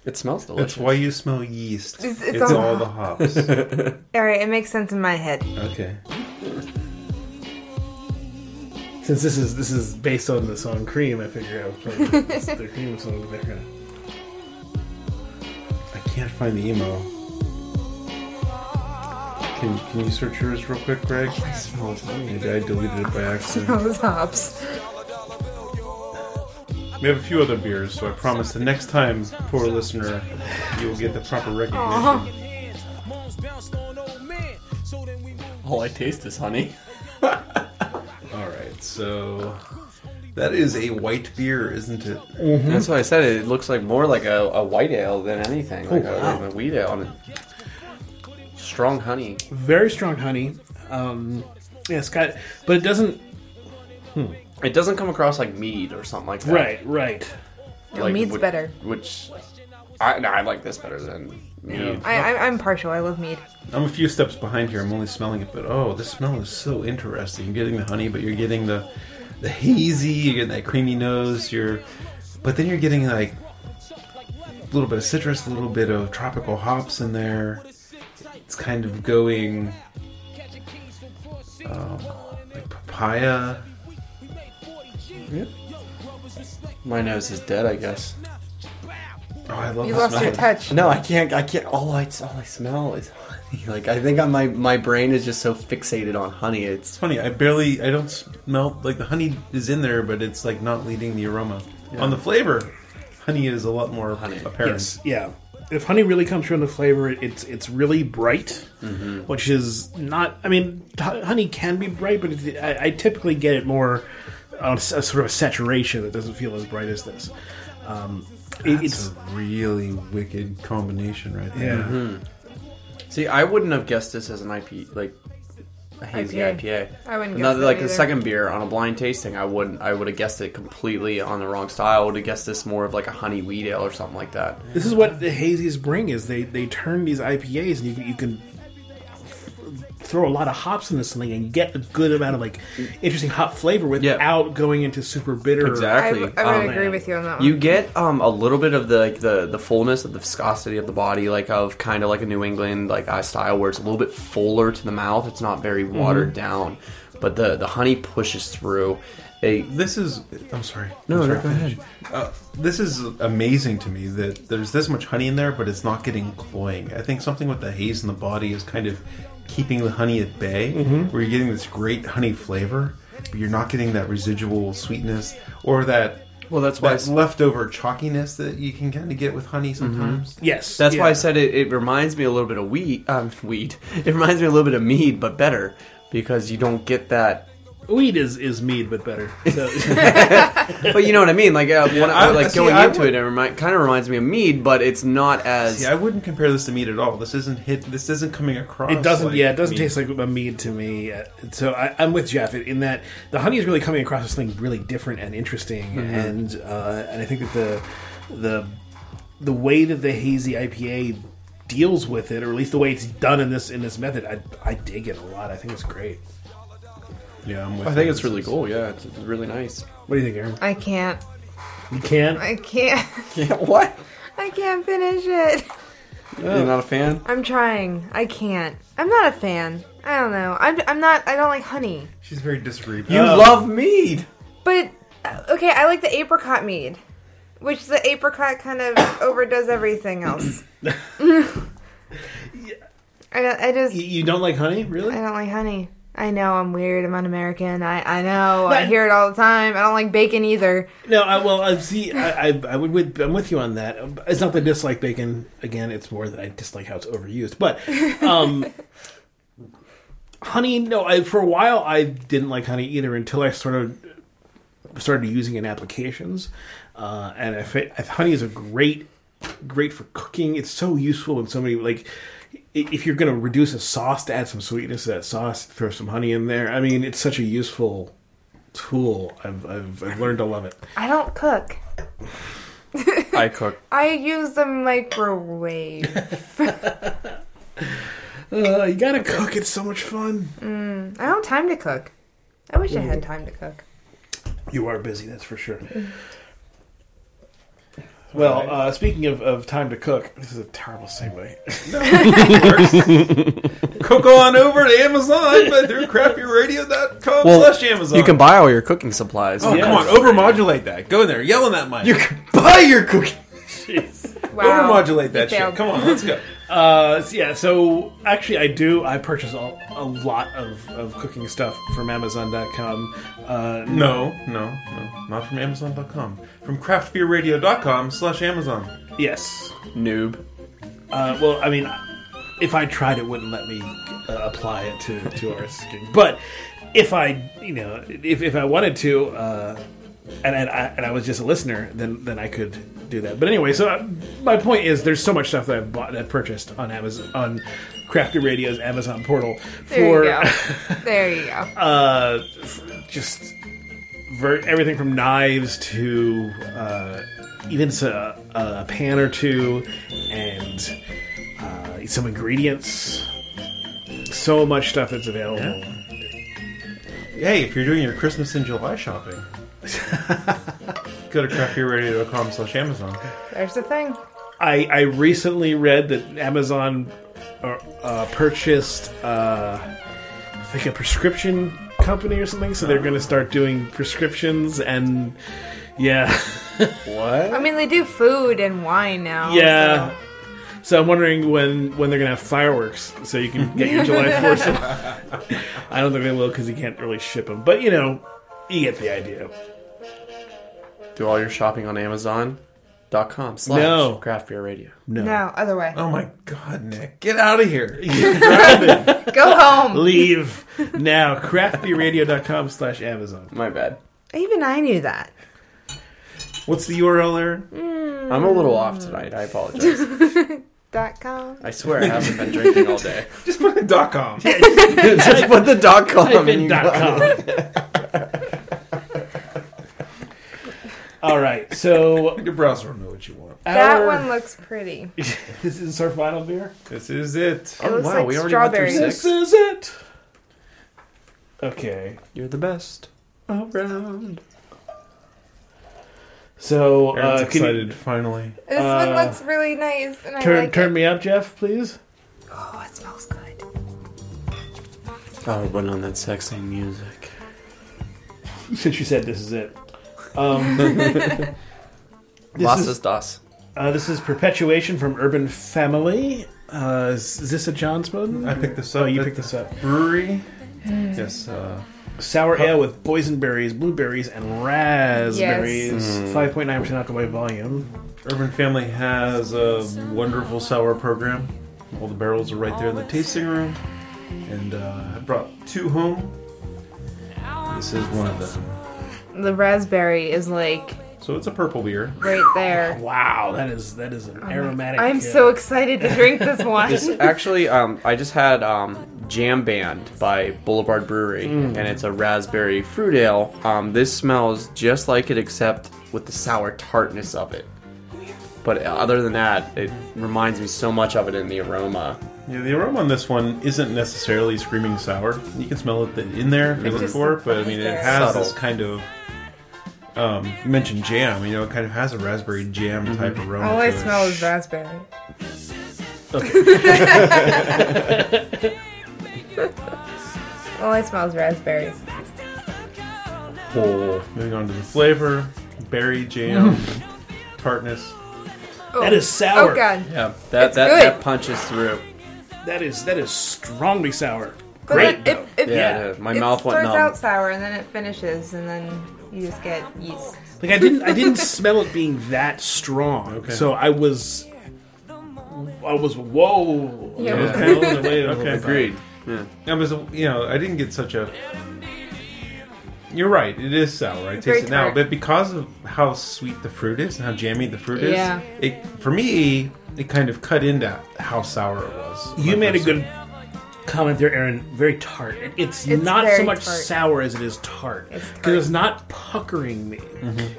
It smells That's delicious. why you smell yeast. It's- It's, it's all, all *laughs* the the hops. all right, it makes sense in my head. *laughs* okay. Since this is this is based on the song Cream, I figure I was *laughs* playing the Cream song in the background. I can't find the emo. Can, can you search yours real quick, Greg? Maybe I deleted it by accident. Those hops. We have a few other beers, so I promise the next time, poor listener, you will get the proper recognition. All I taste is honey. All right, so that is a white beer, isn't it? Mm-hmm. *laughs* That's why I said it. It looks like more like a, a white ale than anything. Like a, Oh, wow. a wheat ale. And strong honey. Very strong honey. Um, yeah, it's got, but it doesn't. uh, It doesn't come across like mead or something like that. Right, right. No, Like, mead's which- better. Which I, no, I like this better than mead. I, I, I'm partial. I love mead. I'm a few steps behind here. I'm only smelling it, but oh, this smell is so interesting. You're getting the honey, but you're getting the the hazy. You're getting that creamy nose. You're, but then you're getting like a little bit of citrus, a little bit of tropical hops in there. It's kind of going um, like papaya. My nose is dead, I guess. Oh, I love You the lost smell. your touch. No, I can't. I can't. All I all I smell is honey. *laughs* Like I think I, my my brain is just so fixated on honey. It's It's funny. I barely. I don't smell like the honey is in there, but it's like not leading the aroma on the flavor. Honey is a lot more Honey. apparent. Yes, yeah. If honey really comes through in the flavor, it's it's really bright, which is not. I mean, h- honey can be bright, but it, I, I typically get it more on a, s- a sort of a saturation that doesn't feel as bright as this. Um, it- It's it's a really wicked combination right yeah. there. see, I wouldn't have guessed this as an IP like a hazy IPA. IPA. I wouldn't Not guess like that the either. second beer on a blind tasting. I wouldn't. I would have guessed it completely on the wrong style. I would have guessed this more of like a honey wheat ale or something like that. This is what the hazies bring: is they they turn these IPAs, and you can- you can throw a lot of hops in this thing and get a good amount of like interesting hop flavor without going into super bitter. I, Exactly. w- I would Um, agree with you on that one. You get um, a little bit of the like, the the fullness of the viscosity of the body, like of kind of like a New England like I style, where it's a little bit fuller to the mouth. It's not very watered down, but the the honey pushes through. A This is. I'm sorry. No, I'm no, sorry. go ahead. Uh, this is amazing to me that there's this much honey in there, but it's not getting cloying. I think something with the haze in the body is kind of keeping the honey at bay, where you're getting this great honey flavor, but you're not getting that residual sweetness or that. well, that's why That leftover chalkiness that you can kind of get with honey sometimes. Yes, that's why yeah. I said it, it reminds me a little bit of wheat. Um, *laughs* wheat. It reminds me a little bit of mead, but better because you don't get that. Weed is, is mead, but better. So, *laughs* But you know what I mean. Like *laughs* uh, when I, I- like see, going I into would- it, it remind, kind of reminds me of mead, but it's not as See, I wouldn't compare this to meat at all. This isn't hit. This isn't coming across. it doesn't. like yeah, it doesn't meat. taste like a mead to me. Uh, So I, I'm with Jeff in that the honey is really coming across as something really different and interesting, and uh, and I think that the the the way that the hazy IPA deals with it, or at least the way it's done in this in this method, I I dig it a lot. I think it's great. Yeah, I'm with I think you. it's really cool. Yeah, it's, it's really nice. What do you think, Aaron? I can't. You can. I can't. *laughs* *laughs* Yeah, what? I can't finish it. You're not a fan? I'm trying. I can't. I'm not a fan. I don't know. I'm, I'm not. I don't like honey. She's very disagreeable. You love mead. But uh, okay, I like the apricot mead, which the apricot kind of overdoes everything *coughs* else. *laughs* I don't, I just You- You don't like honey, I really? don't like honey. I know I'm weird. I'm un-American. I I know. I hear it all the time. I don't like bacon either. No, I well, I see. I, I, I would, with I'm with you on that. It's not that I dislike bacon. Again, it's more that I dislike how it's overused. But, um, honey, no. I for a while I didn't like honey either until I sort of started using it in applications. Uh, and I, fi- I, honey is a great, great for cooking. It's so useful in so many like. i- If you're going to reduce a sauce to add some sweetness to that sauce, throw some honey in there. I mean, it's such a useful tool. I've, I've, I've learned to love it. I don't cook. I cook. *laughs* I use the microwave. Uh, you gotta cook. It's so much fun. I don't have time to cook. I wish I had time to cook. You are busy, that's for sure. Well, uh, speaking of, of time to cook, this is a terrible segue. *laughs* Cook on over to Amazon but through crappyradio.com Well, slash Amazon. You can buy all your cooking supplies. Oh, Yeah. come on, overmodulate that. Go in there, yell in that mic. You can *laughs* buy your cooking. Wow. Overmodulate that You shit. failed. Come on, let's go. Uh, so yeah, so actually, I do. I purchase a, a lot of, of cooking stuff from Amazon.com. Uh, No, no, no. Not from Amazon.com. From craftbeerradio.com slash Amazon. yes. Noob. Uh, well, I mean, if I tried, it wouldn't let me uh, apply it to, to our scheme. But if I, you know, if, if I wanted to, uh, and, and, I, and I was just a listener, then then I could do that. But anyway, so uh, my point is, there's so much stuff that I've bought, that I've purchased on Amazon, on Crafty Radio's Amazon portal There for you *laughs* go. There you go. uh, just ver- everything from knives to uh, even s- a, a pan or two and uh, some ingredients. So much stuff that's available. Hey, if you're doing your Christmas and July *laughs* shopping, go to craftbeerradio.com slash Amazon. There's the thing. I, I recently read that Amazon uh, uh, purchased uh, like a prescription company or something, so they're going to start doing prescriptions and yeah. *laughs* I mean, they do food and wine now. Yeah. so- So I'm wondering when when they're gonna have fireworks, so you can get your *laughs* July Fourth. I don't think they will because you can't really ship them. But you know, you get the idea. Do all your shopping on Amazon.com slash No. craft beer radio. No, No, other way. Oh my god, Nick. Get out of here. *laughs* Go home. leave now. Craftbeerradio.com/slash/amazon. My bad. Even I knew that. What's the URL, Aaron? I'm a little off tonight. I apologize. Dot com. I swear I haven't been drinking all day. Just put in dot .com. *laughs* Just put the dot com Type and in you dot got it. com. All right, so Your browser will know what you want. That our- one looks pretty. It This is our final beer. This is it. Oh, looks wow, like we already went through strawberry. six. This is it. Okay, You're the best around. so Aaron's uh, can you- excited, finally. This one Uh, looks really nice, and I turn like turn it. me up, Jeff, please. Oh, it smells good. Oh, but on that sexy music. since you said this is it. Um, this, Las is, das. uh, this is Perpetuation from Urban Family. Uh, is, is this a John Spoden? I picked this up. Oh, you at picked the this up. Brewery. Yes, uh, Sour ale with boysenberries, blueberries, and raspberries. Yes. Mm. 5.9% alcohol by volume. Urban Family has a wonderful sour program. All the barrels are right there in the tasting room. And uh, I brought two home. This is one of them. The raspberry is like So it's a purple beer. right there. *laughs* Wow, that is that is an aromatic. I'm uh, so excited to drink *laughs* this one. This actually, um, I just had um, Jam Band by Boulevard Brewery, and it's a raspberry fruit ale. Um, this smells just like it, except with the sour tartness of it. But other than that, it reminds me so much of it in the aroma. Yeah, the aroma on this one isn't necessarily screaming sour. You can smell it in there if you look just- for it, but I mean, it it's has subtle. this kind of. Um, you mentioned jam. You know, it kind of has a raspberry jam type aroma. All I to it. smell is raspberry. *laughs* All I smell is raspberries. Oh, Moving on to the flavor, berry jam, Mm-hmm. tartness. Oh. That is sour. Oh god. yeah, that that, good. that punches through. That is that is strongly sour. But Great. it, it, it, Yeah, Yeah. it is. my it mouth went starts numb. out sour and then it finishes and then you just get yeast. Like I didn't I *laughs* didn't smell it being that strong. Okay. So I was I was whoa. Yeah. I was Okay. blown away a little Okay. bit. Agreed. Yeah. I was, you know, I didn't get such a. You're right. It is sour. I very taste it now, tart. but because of how sweet the fruit is and how jammy the fruit Yeah. is, it for me it kind of cut into how sour it was. You My made a first- good comment there, Aaron. Very tart. It- It's, It's not so very much tart. sour as it is tart It's because it's, tart. not puckering me.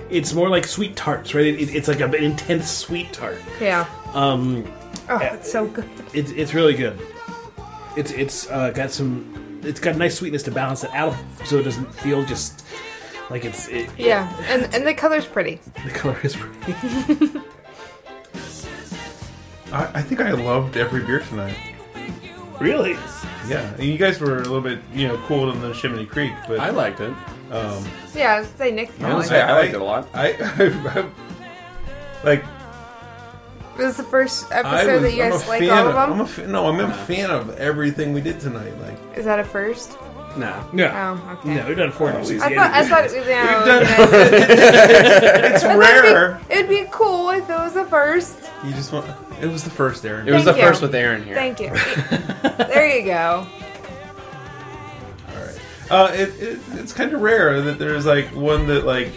It's more like sweet tarts, right? It, it's like a, an intense sweet tart. Yeah. Um, Oh, it's so good. it's it's really good. it's it's uh, got some it's got a nice sweetness to balance it out, so it doesn't feel just like it's it, Yeah, and and the color's pretty. the color is *laughs* pretty. I, I think I loved every beer tonight. really. Yeah, and you guys were a little bit, you know, cool in the Shiminy Creek, but I liked it. um, Yeah, I'd say Nick. I, Probably. say I liked it a lot. I, *laughs* I, I like It was the first I was, episode that you I'm a guys like fan all of of, I'm them. a fa- no, I'm a fan of everything we did tonight. *laughs* Like Is that a first? No. Yeah. Oh, okay. No, we've done four Oh, episodes. I Yeah, thought I we- thought it was, you know, We've you know, it's I thought it'd be- rare. It'd be cool if it was a first. You just want. It was the first Aaron. It was Thank the you. first with Aaron here. Thank you. there you go. All right. Uh, it, it, it's kind of rare that there's like one that like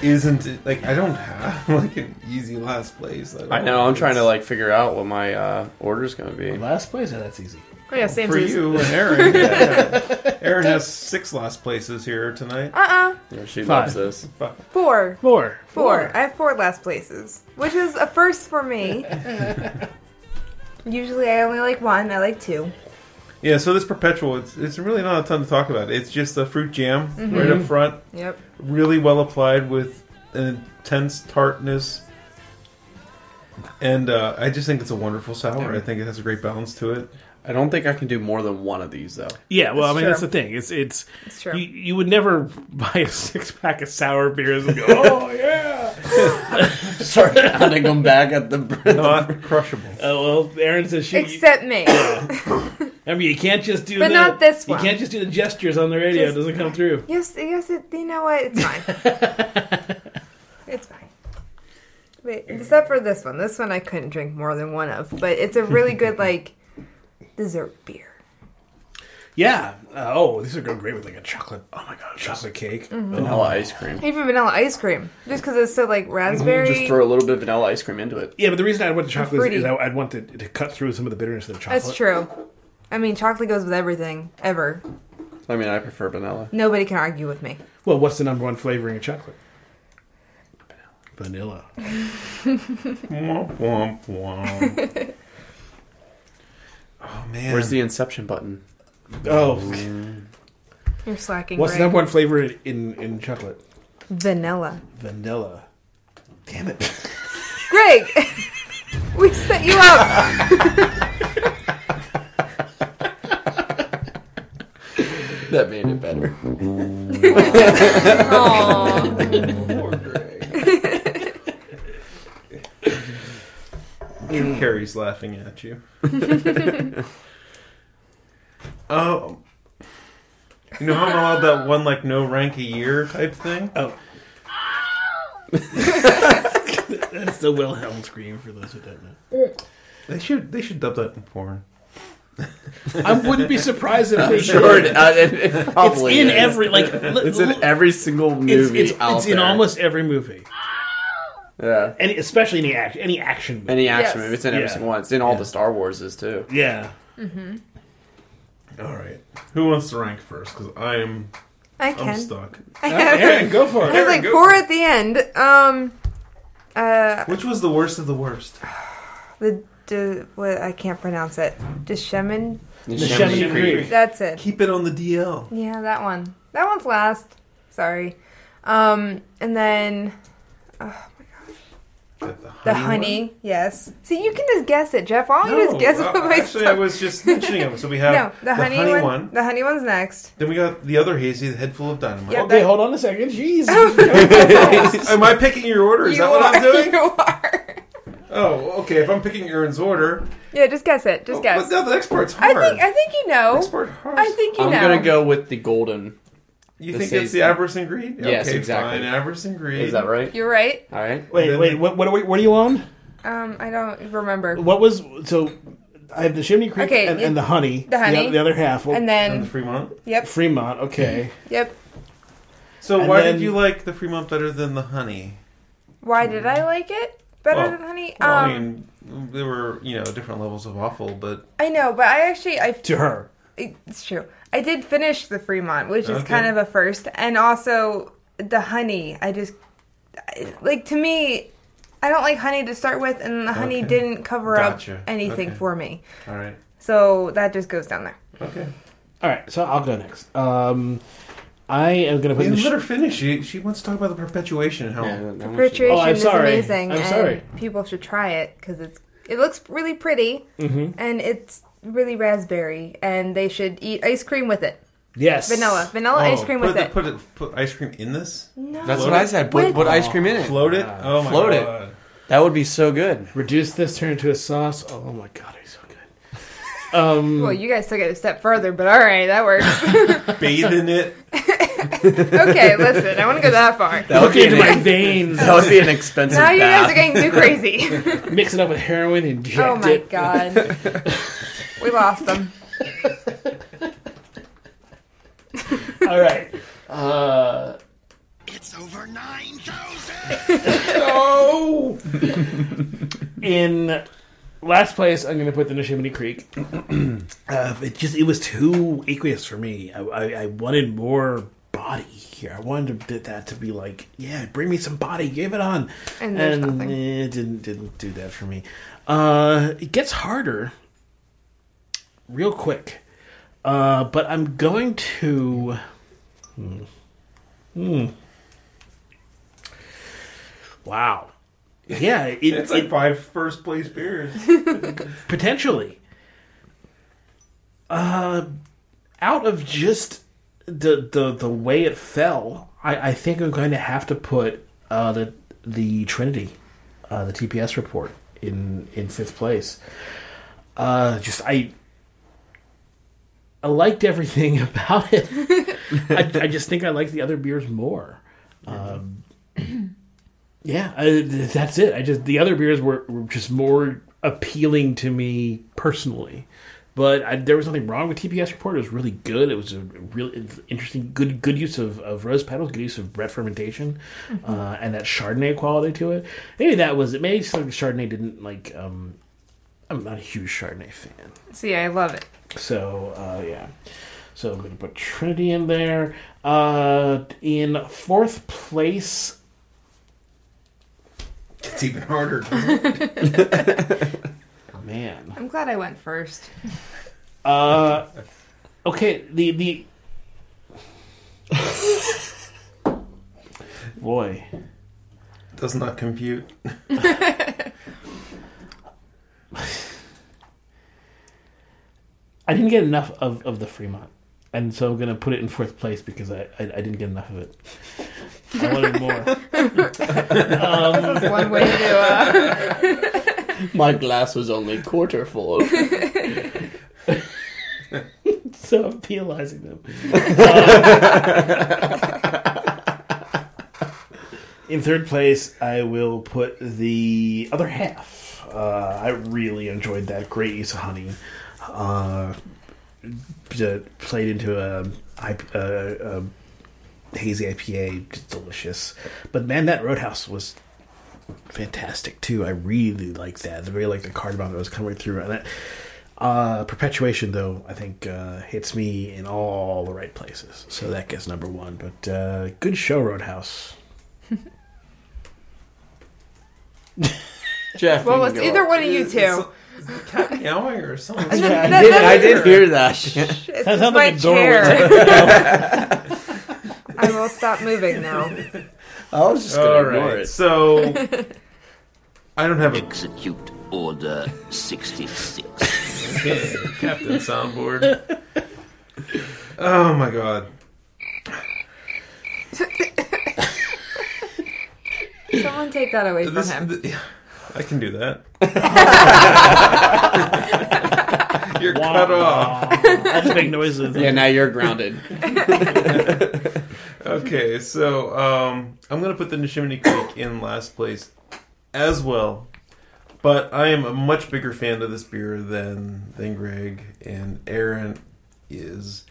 isn't like I don't have *laughs* like an easy last place. don't- I know. I'm trying to like figure out what my uh, order's gonna be. Last place. Yeah, that's easy. Oh, Yeah, same for *laughs* you and Aaron. *laughs* yeah. Aaron has six last places here tonight. Uh-uh. Yeah, she Five. loves this. Fuck. Four. Four. Four. I have four last places, which is a first *laughs* for me. Usually I only like one. I like two. Yeah, so this perpetual, it's, it's really not a ton to talk about. It's just a fruit jam Mm-hmm. right up front, Yep. really well applied with an intense tartness. And uh, I just think it's a wonderful sour. I think it has a great balance to it. I don't think I can do more than one of these though. Yeah, well, I That's mean true. that's the thing. It's it's It's true. You, you would never *laughs* buy a six pack of sour beers *laughs* and go, oh yeah. *laughs* Start adding them back *laughs* at the. Not crushable. Oh well, Aaron says she. *coughs* Except me. *coughs* I mean, you can't just do. But the- not this You one. can't just do the gestures on the radio. Just- it doesn't *laughs* come through. yes, yes, it, you know what? It's fine. *laughs* it's fine. Wait, except for this one. This one I couldn't drink more than one of, but it's *laughs* a really good, like, dessert beer. Yeah. Uh, oh, these would go great with like a chocolate. Oh my god, chocolate cake. *laughs* mm-hmm. Vanilla ice cream. Even vanilla ice cream. Just because it's so, like, raspberry. Just throw a little bit of vanilla ice cream into it. Yeah, but the reason I want the chocolate is, Fruity. is I, I'd want it to cut through some of the bitterness of the chocolate. That's true. I mean, chocolate goes with everything, ever. I mean, I prefer vanilla. Nobody can argue with me. Well, what's the number one flavoring of chocolate? Vanilla. Womp, womp, womp. oh, man. Where's the inception button? Oh, *laughs* You're slacking. what's the Greg. number one flavor in, in, in chocolate? Vanilla. Vanilla. Damn it. Greg, *laughs* we set you up. That made it better. Aww. Carrie's laughing at you. um, you know how I'm allowed that one like no rank a year type thing. Oh. That's the Wilhelm scream for those who don't know. They should they should dub that in porn. I wouldn't be surprised if *laughs* they Sure, did. it, uh, it, it *laughs* It's probably in is. every like. li- It's in li- every single movie It's, it's, out it's in there. almost every movie, yeah. and especially any action, any action movie. Any action Yes. movie, it's in every Yeah. single one. It's in all the Star Warses too. yeah. All right, who wants to rank first? Because I'm I I'm can. stuck. I have. Aaron, go for *laughs* it. There's like go four at the end. Um, uh, Which was the worst of the worst? the de, what I can't pronounce it. Deshemin. *laughs* Shemini Creek. That's it. Keep it on the DL. Yeah, that one. That one's last. Sorry. Um, and then The, the honey. Yes. See, you can just guess it, Jeff. Why don't you No, just guess uh, what my actually, I stuff- was just mentioning them. So we have *laughs* No, the, honey, one, one. The honey one's next. Then we got the other hazy, the head full of dynamite. Yeah. Okay, hold on a second. Jeez. *laughs* Am I picking your order? Is you that what are, *laughs* I'm doing? You are. Oh, okay. If I'm picking Aaron's order, Oh, Yeah, just guess it. Just but guess. no, the next part's I hard. think I think you know. Next part hard. I think you I'm know. gonna go with the golden. You The think same it's the thing. avarice and greed? Yes, okay, exactly. Fine, avarice and greed. Is that right? You're right. All right. wait, wait. What, what, are we- what are you on? Um, I don't remember. What was so? I have the Chimney Creek Okay, and, you- and the honey. the honey. The, the other half. Well, And And the then, Fremont. yep, Fremont. Okay. yep. So And why then- did you like the Fremont better than the honey? Why did I like it better Well, than honey? Um, Well, I, I mean, there were you know different levels of awful, but know, but I actually, I To her. it's true. I did finish the Fremont, which is Okay. kind of a first, and also the honey. I just I- like to me. I don't like honey to start with, and the honey Okay. didn't cover Gotcha. up anything Okay. for me. all right. So that just goes down there. Okay. All right, so I'll go next. Um, I am gonna put Wait, in the sh- let her finish. She, she wants to talk about the perpetuation and how. Perpetuation Oh, I'm is sorry. amazing, I'm and sorry. people should try it because it's it looks really pretty Mm-hmm. and it's really raspberry, and they should eat ice cream with it. yes Vanilla, vanilla Oh, ice cream Oh, put with the- it. Put, it, put ice cream in this? No, That's what I said. Put, What? put ice cream in it. Float it? Oh my Float it. god. That would be so good. Reduce this, turn it into a sauce. Oh my god, it's so good. Well, you guys took it a step further, but all right, that works. *laughs* Bathe in *laughs* it. okay, listen, I want to go that far. That Hook would be it into an, my veins. that would be an expensive Now you guys bath. are getting *laughs* too crazy. Mix it up with heroin and inject oh my it. god, *laughs* we lost them. All right. Uh, It's over 9,000! *laughs* no. in last place, I'm going to put the Neshaminy Creek. *clears throat* uh, it just it was too aqueous for me. I, I, I wanted more body here. I wanted to, that to be like, yeah, bring me some body, give it on. And there's nothing. eh, it didn't didn't do that for me. Uh, it gets harder real quick. Uh, but I'm going to. Hmm. Hmm. Wow. *laughs* Yeah, it, It's it- like five first place beers. potentially uh out of just the the the way it fell i i think i'm going to have to put uh the the trinity uh the tps report in in fifth place uh just i i liked everything *laughs* about it I, I just think i like the other beers more Um, yeah, I, th- that's it. I just the other beers were, were just more appealing to me personally, but I, there was nothing wrong with TPS Report. It was really good. It was a really interesting, good good use of, of rose petals, good use of bread fermentation, uh, and that Chardonnay quality to it. Maybe that was it. Maybe some Chardonnay didn't like. Um, I'm not a huge Chardonnay fan. See, I love it. So uh, yeah, so I'm gonna put Trinity in there. Uh, in fourth place, It's even harder. man. I'm glad I went first. Uh, okay. The the *laughs* boy. Does not compute. I didn't get enough of, of the Fremont, and so I'm gonna put it in fourth place because I I, I didn't get enough of it. I wanted more. That's one way to. Uh, My glass was only quarter *laughs* full. *laughs* so I'm penalizing them. in third place, I will put the other half. Uh, I really enjoyed that. Great use of honey. Uh, d- played into a, IP- uh a hazy IPA, just delicious. But man, that Roadhouse was fantastic too. I really like that. I really like the cardamom that was coming through. And that, uh, perpetuation, though, I think uh, hits me in all the right places. So that gets number one. But uh, good show, Roadhouse. Jeff, well, you it's can go either up. one of *laughs* you two. Cat meowing or something. I did- I That- did, that I *laughs* is- did hear that. It's That just sounds my like a door chair. *laughs* I will stop moving now. I was just All going to ignore right. it. So I don't have a Execute Order 66. *laughs* captain soundboard. Oh my god. Someone take that away from This- him. th- I can do *laughs* that. You're cut off. I'll just make noises. yeah, now you're grounded. Okay, so um, I'm gonna put the Nishimini Creek in last place as well, but I am a much bigger fan of this beer than than Greg and Aaron is.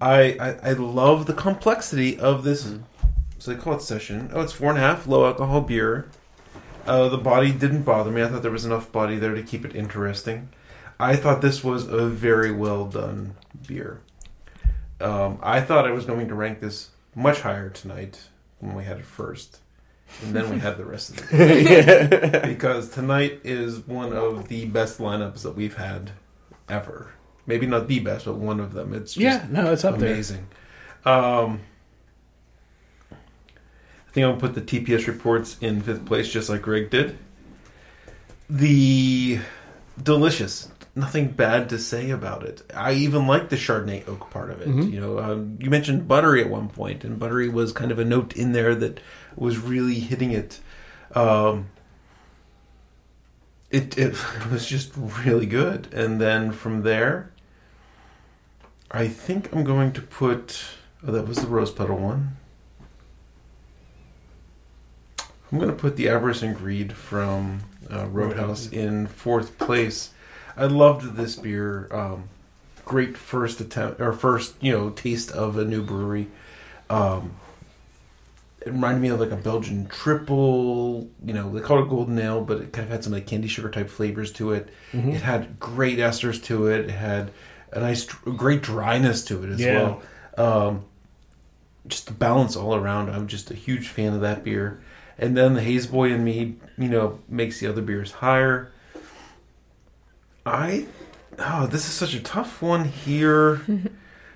I, I I love the complexity of this. So they call it session. Oh, it's four and a half low alcohol beer. Uh, the body didn't bother me. I thought there was enough body there to keep it interesting. I thought this was a very well done beer. Um, I thought I was going to rank this much higher tonight when we had it first, and then we had the rest of it because tonight is one of the best lineups that we've had ever. Maybe not the best, but one of them. It's just Yeah, no, it's up there. amazing. Um, I think I'll put the TPS reports in fifth place, just like Greg did. The delicious, nothing bad to say about it. I even like the Chardonnay oak part of it. Mm-hmm. You know, um, you mentioned buttery at one point, and buttery was kind of a note in there that was really hitting it. Um, it, it *laughs* was just really good, and then from there, I think I'm going to put. Oh, that was the rose petal one. I'm going to put the Avarice and Greed from uh, Roadhouse in fourth place. I loved this beer. Um, great first attempt or first you know taste of a new brewery. Um, it reminded me of like a Belgian triple. You know, they call it golden ale, but it kind of had some like candy sugar type flavors to it. It had great esters to it. It had a nice, great dryness to it as Yeah. well. Um, just the balance all around. I'm just a huge fan of that beer. And then the Haze Boy in me, you know, makes the other beers higher. I oh, this is such a tough one here.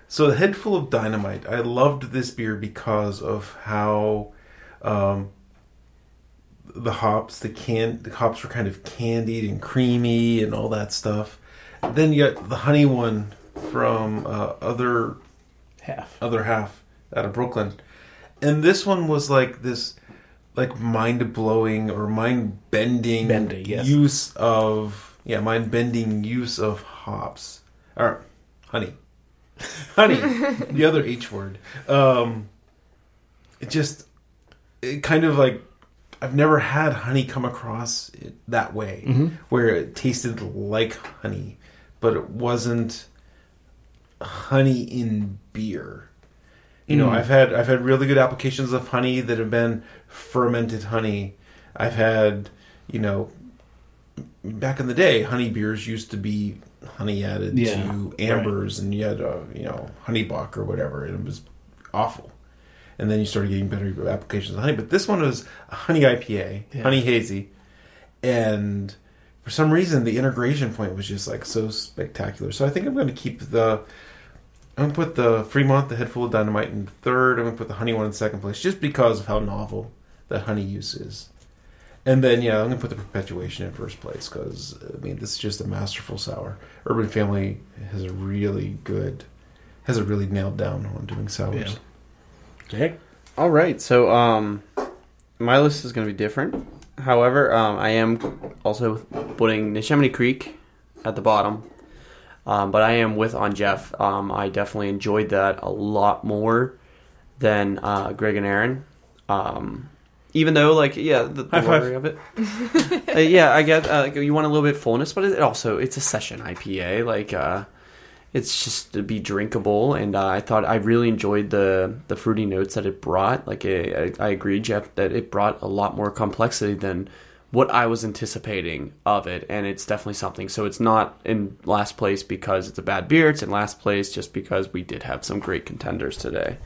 so the head full of dynamite. I loved this beer because of how um, the hops, the can, the hops were kind of candied and creamy and all that stuff. Then you got the honey one from uh, other Half. other half out of Brooklyn. And this one was like this like mind blowing or mind bending Bending, yes. use of yeah, mind bending use of hops. Or honey. *laughs* Honey. the other H word. Um it just it kind of like I've never had honey come across it that way Mm-hmm. where it tasted like honey, but it wasn't honey in beer. You know, I've had I've had really good applications of honey that have been fermented honey. I've had, you know, back in the day, honey beers used to be honey added Yeah, to ambers, and you had uh, you know honey buck or whatever, and it was awful. And then you started getting better applications of honey, but this one was a honey IPA, honey hazy, and for some reason the integration point was just like so spectacular. So I think I'm going to keep the I'm gonna put the Fremont, the head full of dynamite, in third. I'm gonna put the honey one in second place, just because of how novel that honey use is. And then, yeah, I'm gonna put the perpetuation in first place because I mean, this is just a masterful sour. Urban Family has a really good, has a really nailed down on doing sours. Okay. *laughs* All right, so um, my list is going to be different. However, um, I am also putting Neshaminy Creek at the bottom, um, but I am with on Jeff. Um, I definitely enjoyed that a lot more than uh, Greg and Aaron. Um, even though, like, yeah, the, the High five. watery of it, Uh, yeah, I get uh, you want a little bit fullness, but it also it's a session IPA, like. Uh, it's just to be drinkable and uh, i thought i really enjoyed the the fruity notes that it brought like I, I I agree jeff that it brought a lot more complexity than what i was anticipating of it and it's definitely something so it's not in last place because it's a bad beer it's in last place just because we did have some great contenders today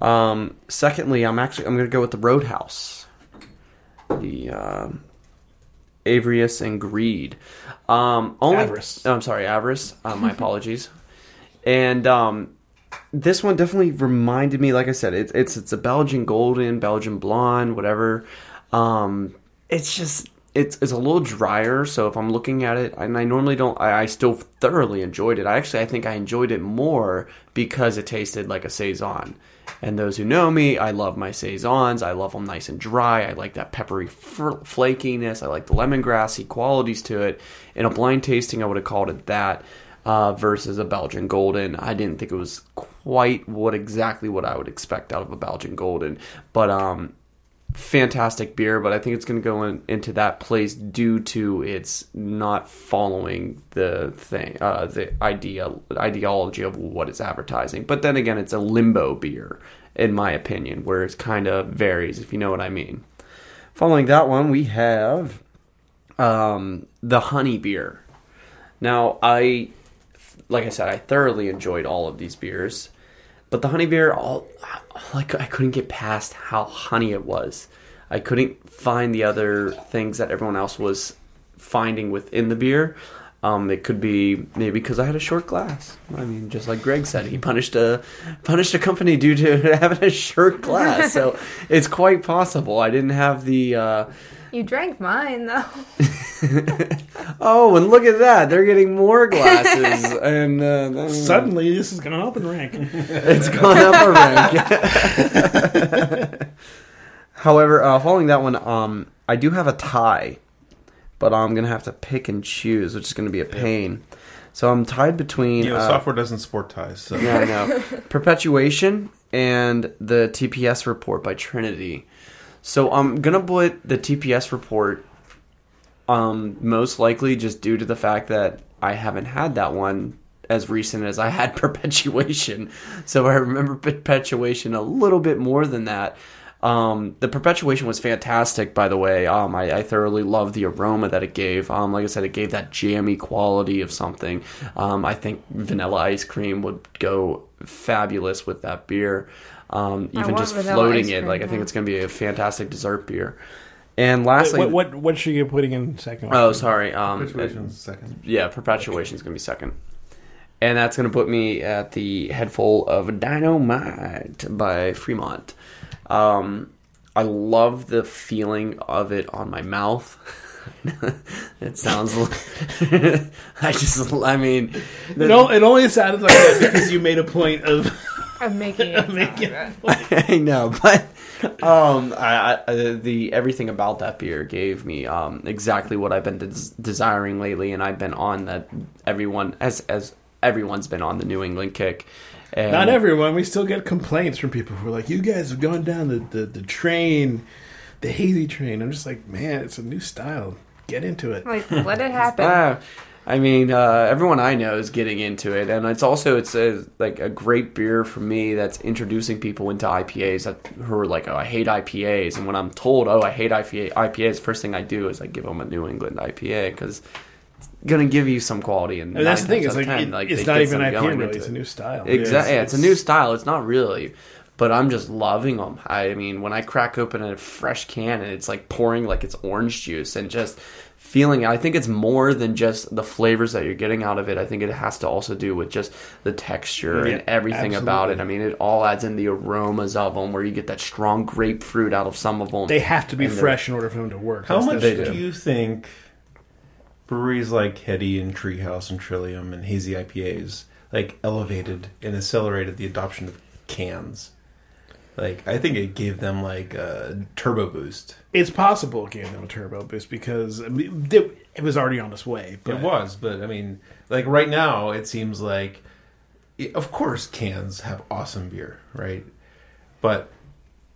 um, secondly i'm actually i'm going to go with the roadhouse the um avarice and greed um only Avarice. Oh, I'm sorry, avarice. Uh, my apologies. And um, this one definitely reminded me. Like I said, it's it's it's a Belgian golden, Belgian blonde, whatever. Um, it's just it's it's a little drier. So if I'm looking at it, and I normally don't, I, I still thoroughly enjoyed it. I actually I think I enjoyed it more because it tasted like a saison. And those who know me, I love my saisons. I love them nice and dry. I like that peppery fr- flakiness. I like the lemongrassy qualities to it. In a blind tasting, I would have called it that uh, versus a Belgian Golden. I didn't think it was quite what exactly what I would expect out of a Belgian Golden, but um, fantastic beer. But I think it's going to go in, into that place due to its not following the thing, uh, the idea ideology of what it's advertising. But then again, it's a limbo beer, in my opinion, where it's kind of varies, if you know what I mean. Following that one, we have um, the honey beer. Now, I, like I said, I thoroughly enjoyed all of these beers, but the honey beer, all like I couldn't get past how honey it was. I couldn't find the other things that everyone else was finding within the beer. Um, it could be maybe because I had a short glass. I mean, just like Greg said, he punished a punished a company due to *laughs* having a short glass. so it's quite possible I didn't have the. Uh, You drank mine though. oh, and look at that! They're getting more glasses, *laughs* and uh, then- Suddenly, this has gone up in rank. *laughs* It's gone up a rank. *laughs* However, uh, following that one, um, I do have a tie, but I'm gonna have to pick and choose, which is gonna be a pain. So I'm tied between You know, uh, software doesn't sport ties, so yeah, I *laughs* know. Perpetuation and the TPS report by Trinity. So I'm gonna put the TPS report um most likely just due to the fact that I haven't had that one as recent as I had *laughs* perpetuation. So I remember perpetuation a little bit more than that. Um, the perpetuation was fantastic, by the way. Um, I, I thoroughly loved the aroma that it gave. Um, like I said, it gave that jammy quality of something. Um, I think vanilla ice cream would go fabulous with that beer. Um, I even want just vanilla floating ice it, cream, like I think yeah. it's going to be a fantastic dessert beer. And lastly, what, what what should you be putting in second? oh sorry, um, situation's second. yeah, perpetuation's gonna be second. And that's gonna put me at the head full of Dynamite by Fremont. Um, I love the feeling of it on my mouth. *laughs* it sounds. *laughs* I just. I mean, the- No, it only sounded like that because you made a point of *laughs* I'm making it. *laughs* making. *laughs* I know, but um, I, I, the everything about that beer gave me um, exactly what I've been des- desiring lately, and I've been on that. Everyone, as as everyone's been on the New England kick. And Not everyone. We still get complaints from people who are like, "You guys have gone down the the, the train, the hazy train." I'm just like, man, it's a new style. Get into it. Like let it happen. Ah, I mean, uh, everyone I know is getting into it, and it's also it's a, like a great beer for me that's introducing people into IPAs that who are like, oh, I hate IPAs, and when I'm told, oh, I hate IPA, IPAs, first thing I do is I give them a New England IPA because it's gonna give you some quality. And I mean, that's the nine thing. It's like, times out of it- ten, like, it's they not get even some going IPA really. into It's a it. new style. Exactly. It's, a new style. It's not really, but I'm just loving them. I mean, when I crack open a fresh can and it's like pouring like it's orange juice and just feeling it, I think it's more than just the flavors that you're getting out of it. I think it has to also do with just the texture Yeah, and everything about it. absolutely. I mean, it all adds in the aromas of them where you get that strong grapefruit out of some of them. They have to be And the- fresh in order for them to work. How That's- much that's- do you think breweries like Hetty and Treehouse and Trillium and Hazy IPAs like elevated and accelerated the adoption of cans? Like, I think it gave them like a turbo boost. It's possible it gave them a turbo boost because I mean, they- it was already on its way. But It was, but I mean, like right now, it seems like, it- of course, cans have awesome beer, right? But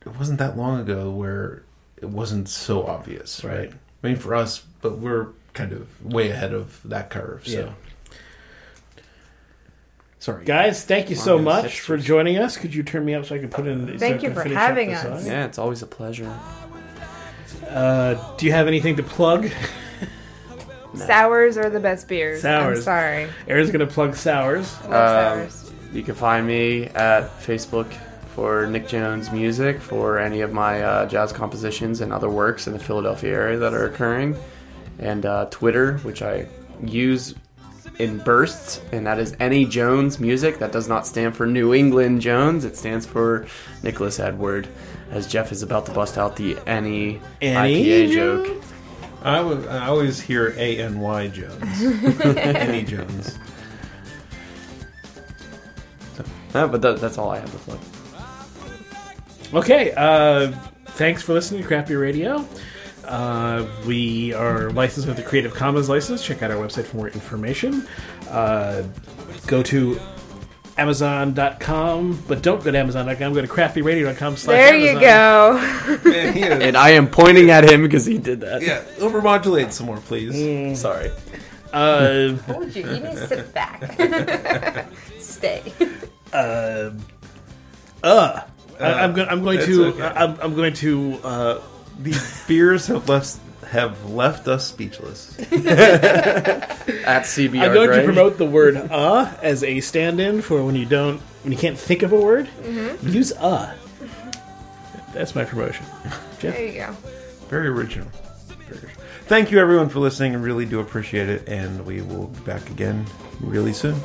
it wasn't that long ago where it wasn't so obvious, right? Right. I mean, for us, but we're kind of way ahead of that curve. So, Yeah. sorry, guys, thank you so Long as much hipsters. for joining us. Could you turn me up so I can put in? so Thank I you can for finish up having this us. song? yeah, it's always a pleasure. Uh, do you have anything to plug? *laughs* Sours are the best beers. I'm Sours. sorry. Aaron's gonna plug sours. I Um, love sours. You can find me at Facebook for Nick Jones Music for any of my uh, jazz compositions and other works in the Philadelphia area that are occurring, and uh, Twitter, which I use in bursts, and that is any Jones Music. That does not stand for New England Jones. It stands for Nicholas Edward. As Jeff is about to bust out the E any, Any IPA Jones? joke. I wa- I always hear A N Y Jones, any Jones. No, but that, that's all I have to plug. Okay, uh, thanks for listening to Crappy Radio. Uh, we are licensed with the Creative Commons license. Check out our website for more information. Uh, go to Amazon.com, but don't go to Amazon.com. Go to craftyradio.com slash There you Amazon. go. *laughs* Man, he is- And I am pointing at him because he did that. yeah, overmodulate some more, please. Sorry. Uh, Told you. You need to sit back. *laughs* Stay. uh, I, am go- I'm going It's to. okay. I'm, I'm going to. Uh, These beers have left have left us speechless. At CBR. I'm going Greg. to promote the word "uh" as a stand-in for when you don't, when you can't think of a word. Use "uh." That's my promotion. There you go. Very original. Burger. Thank you, everyone, for listening. I really do appreciate it, and we will be back again really soon.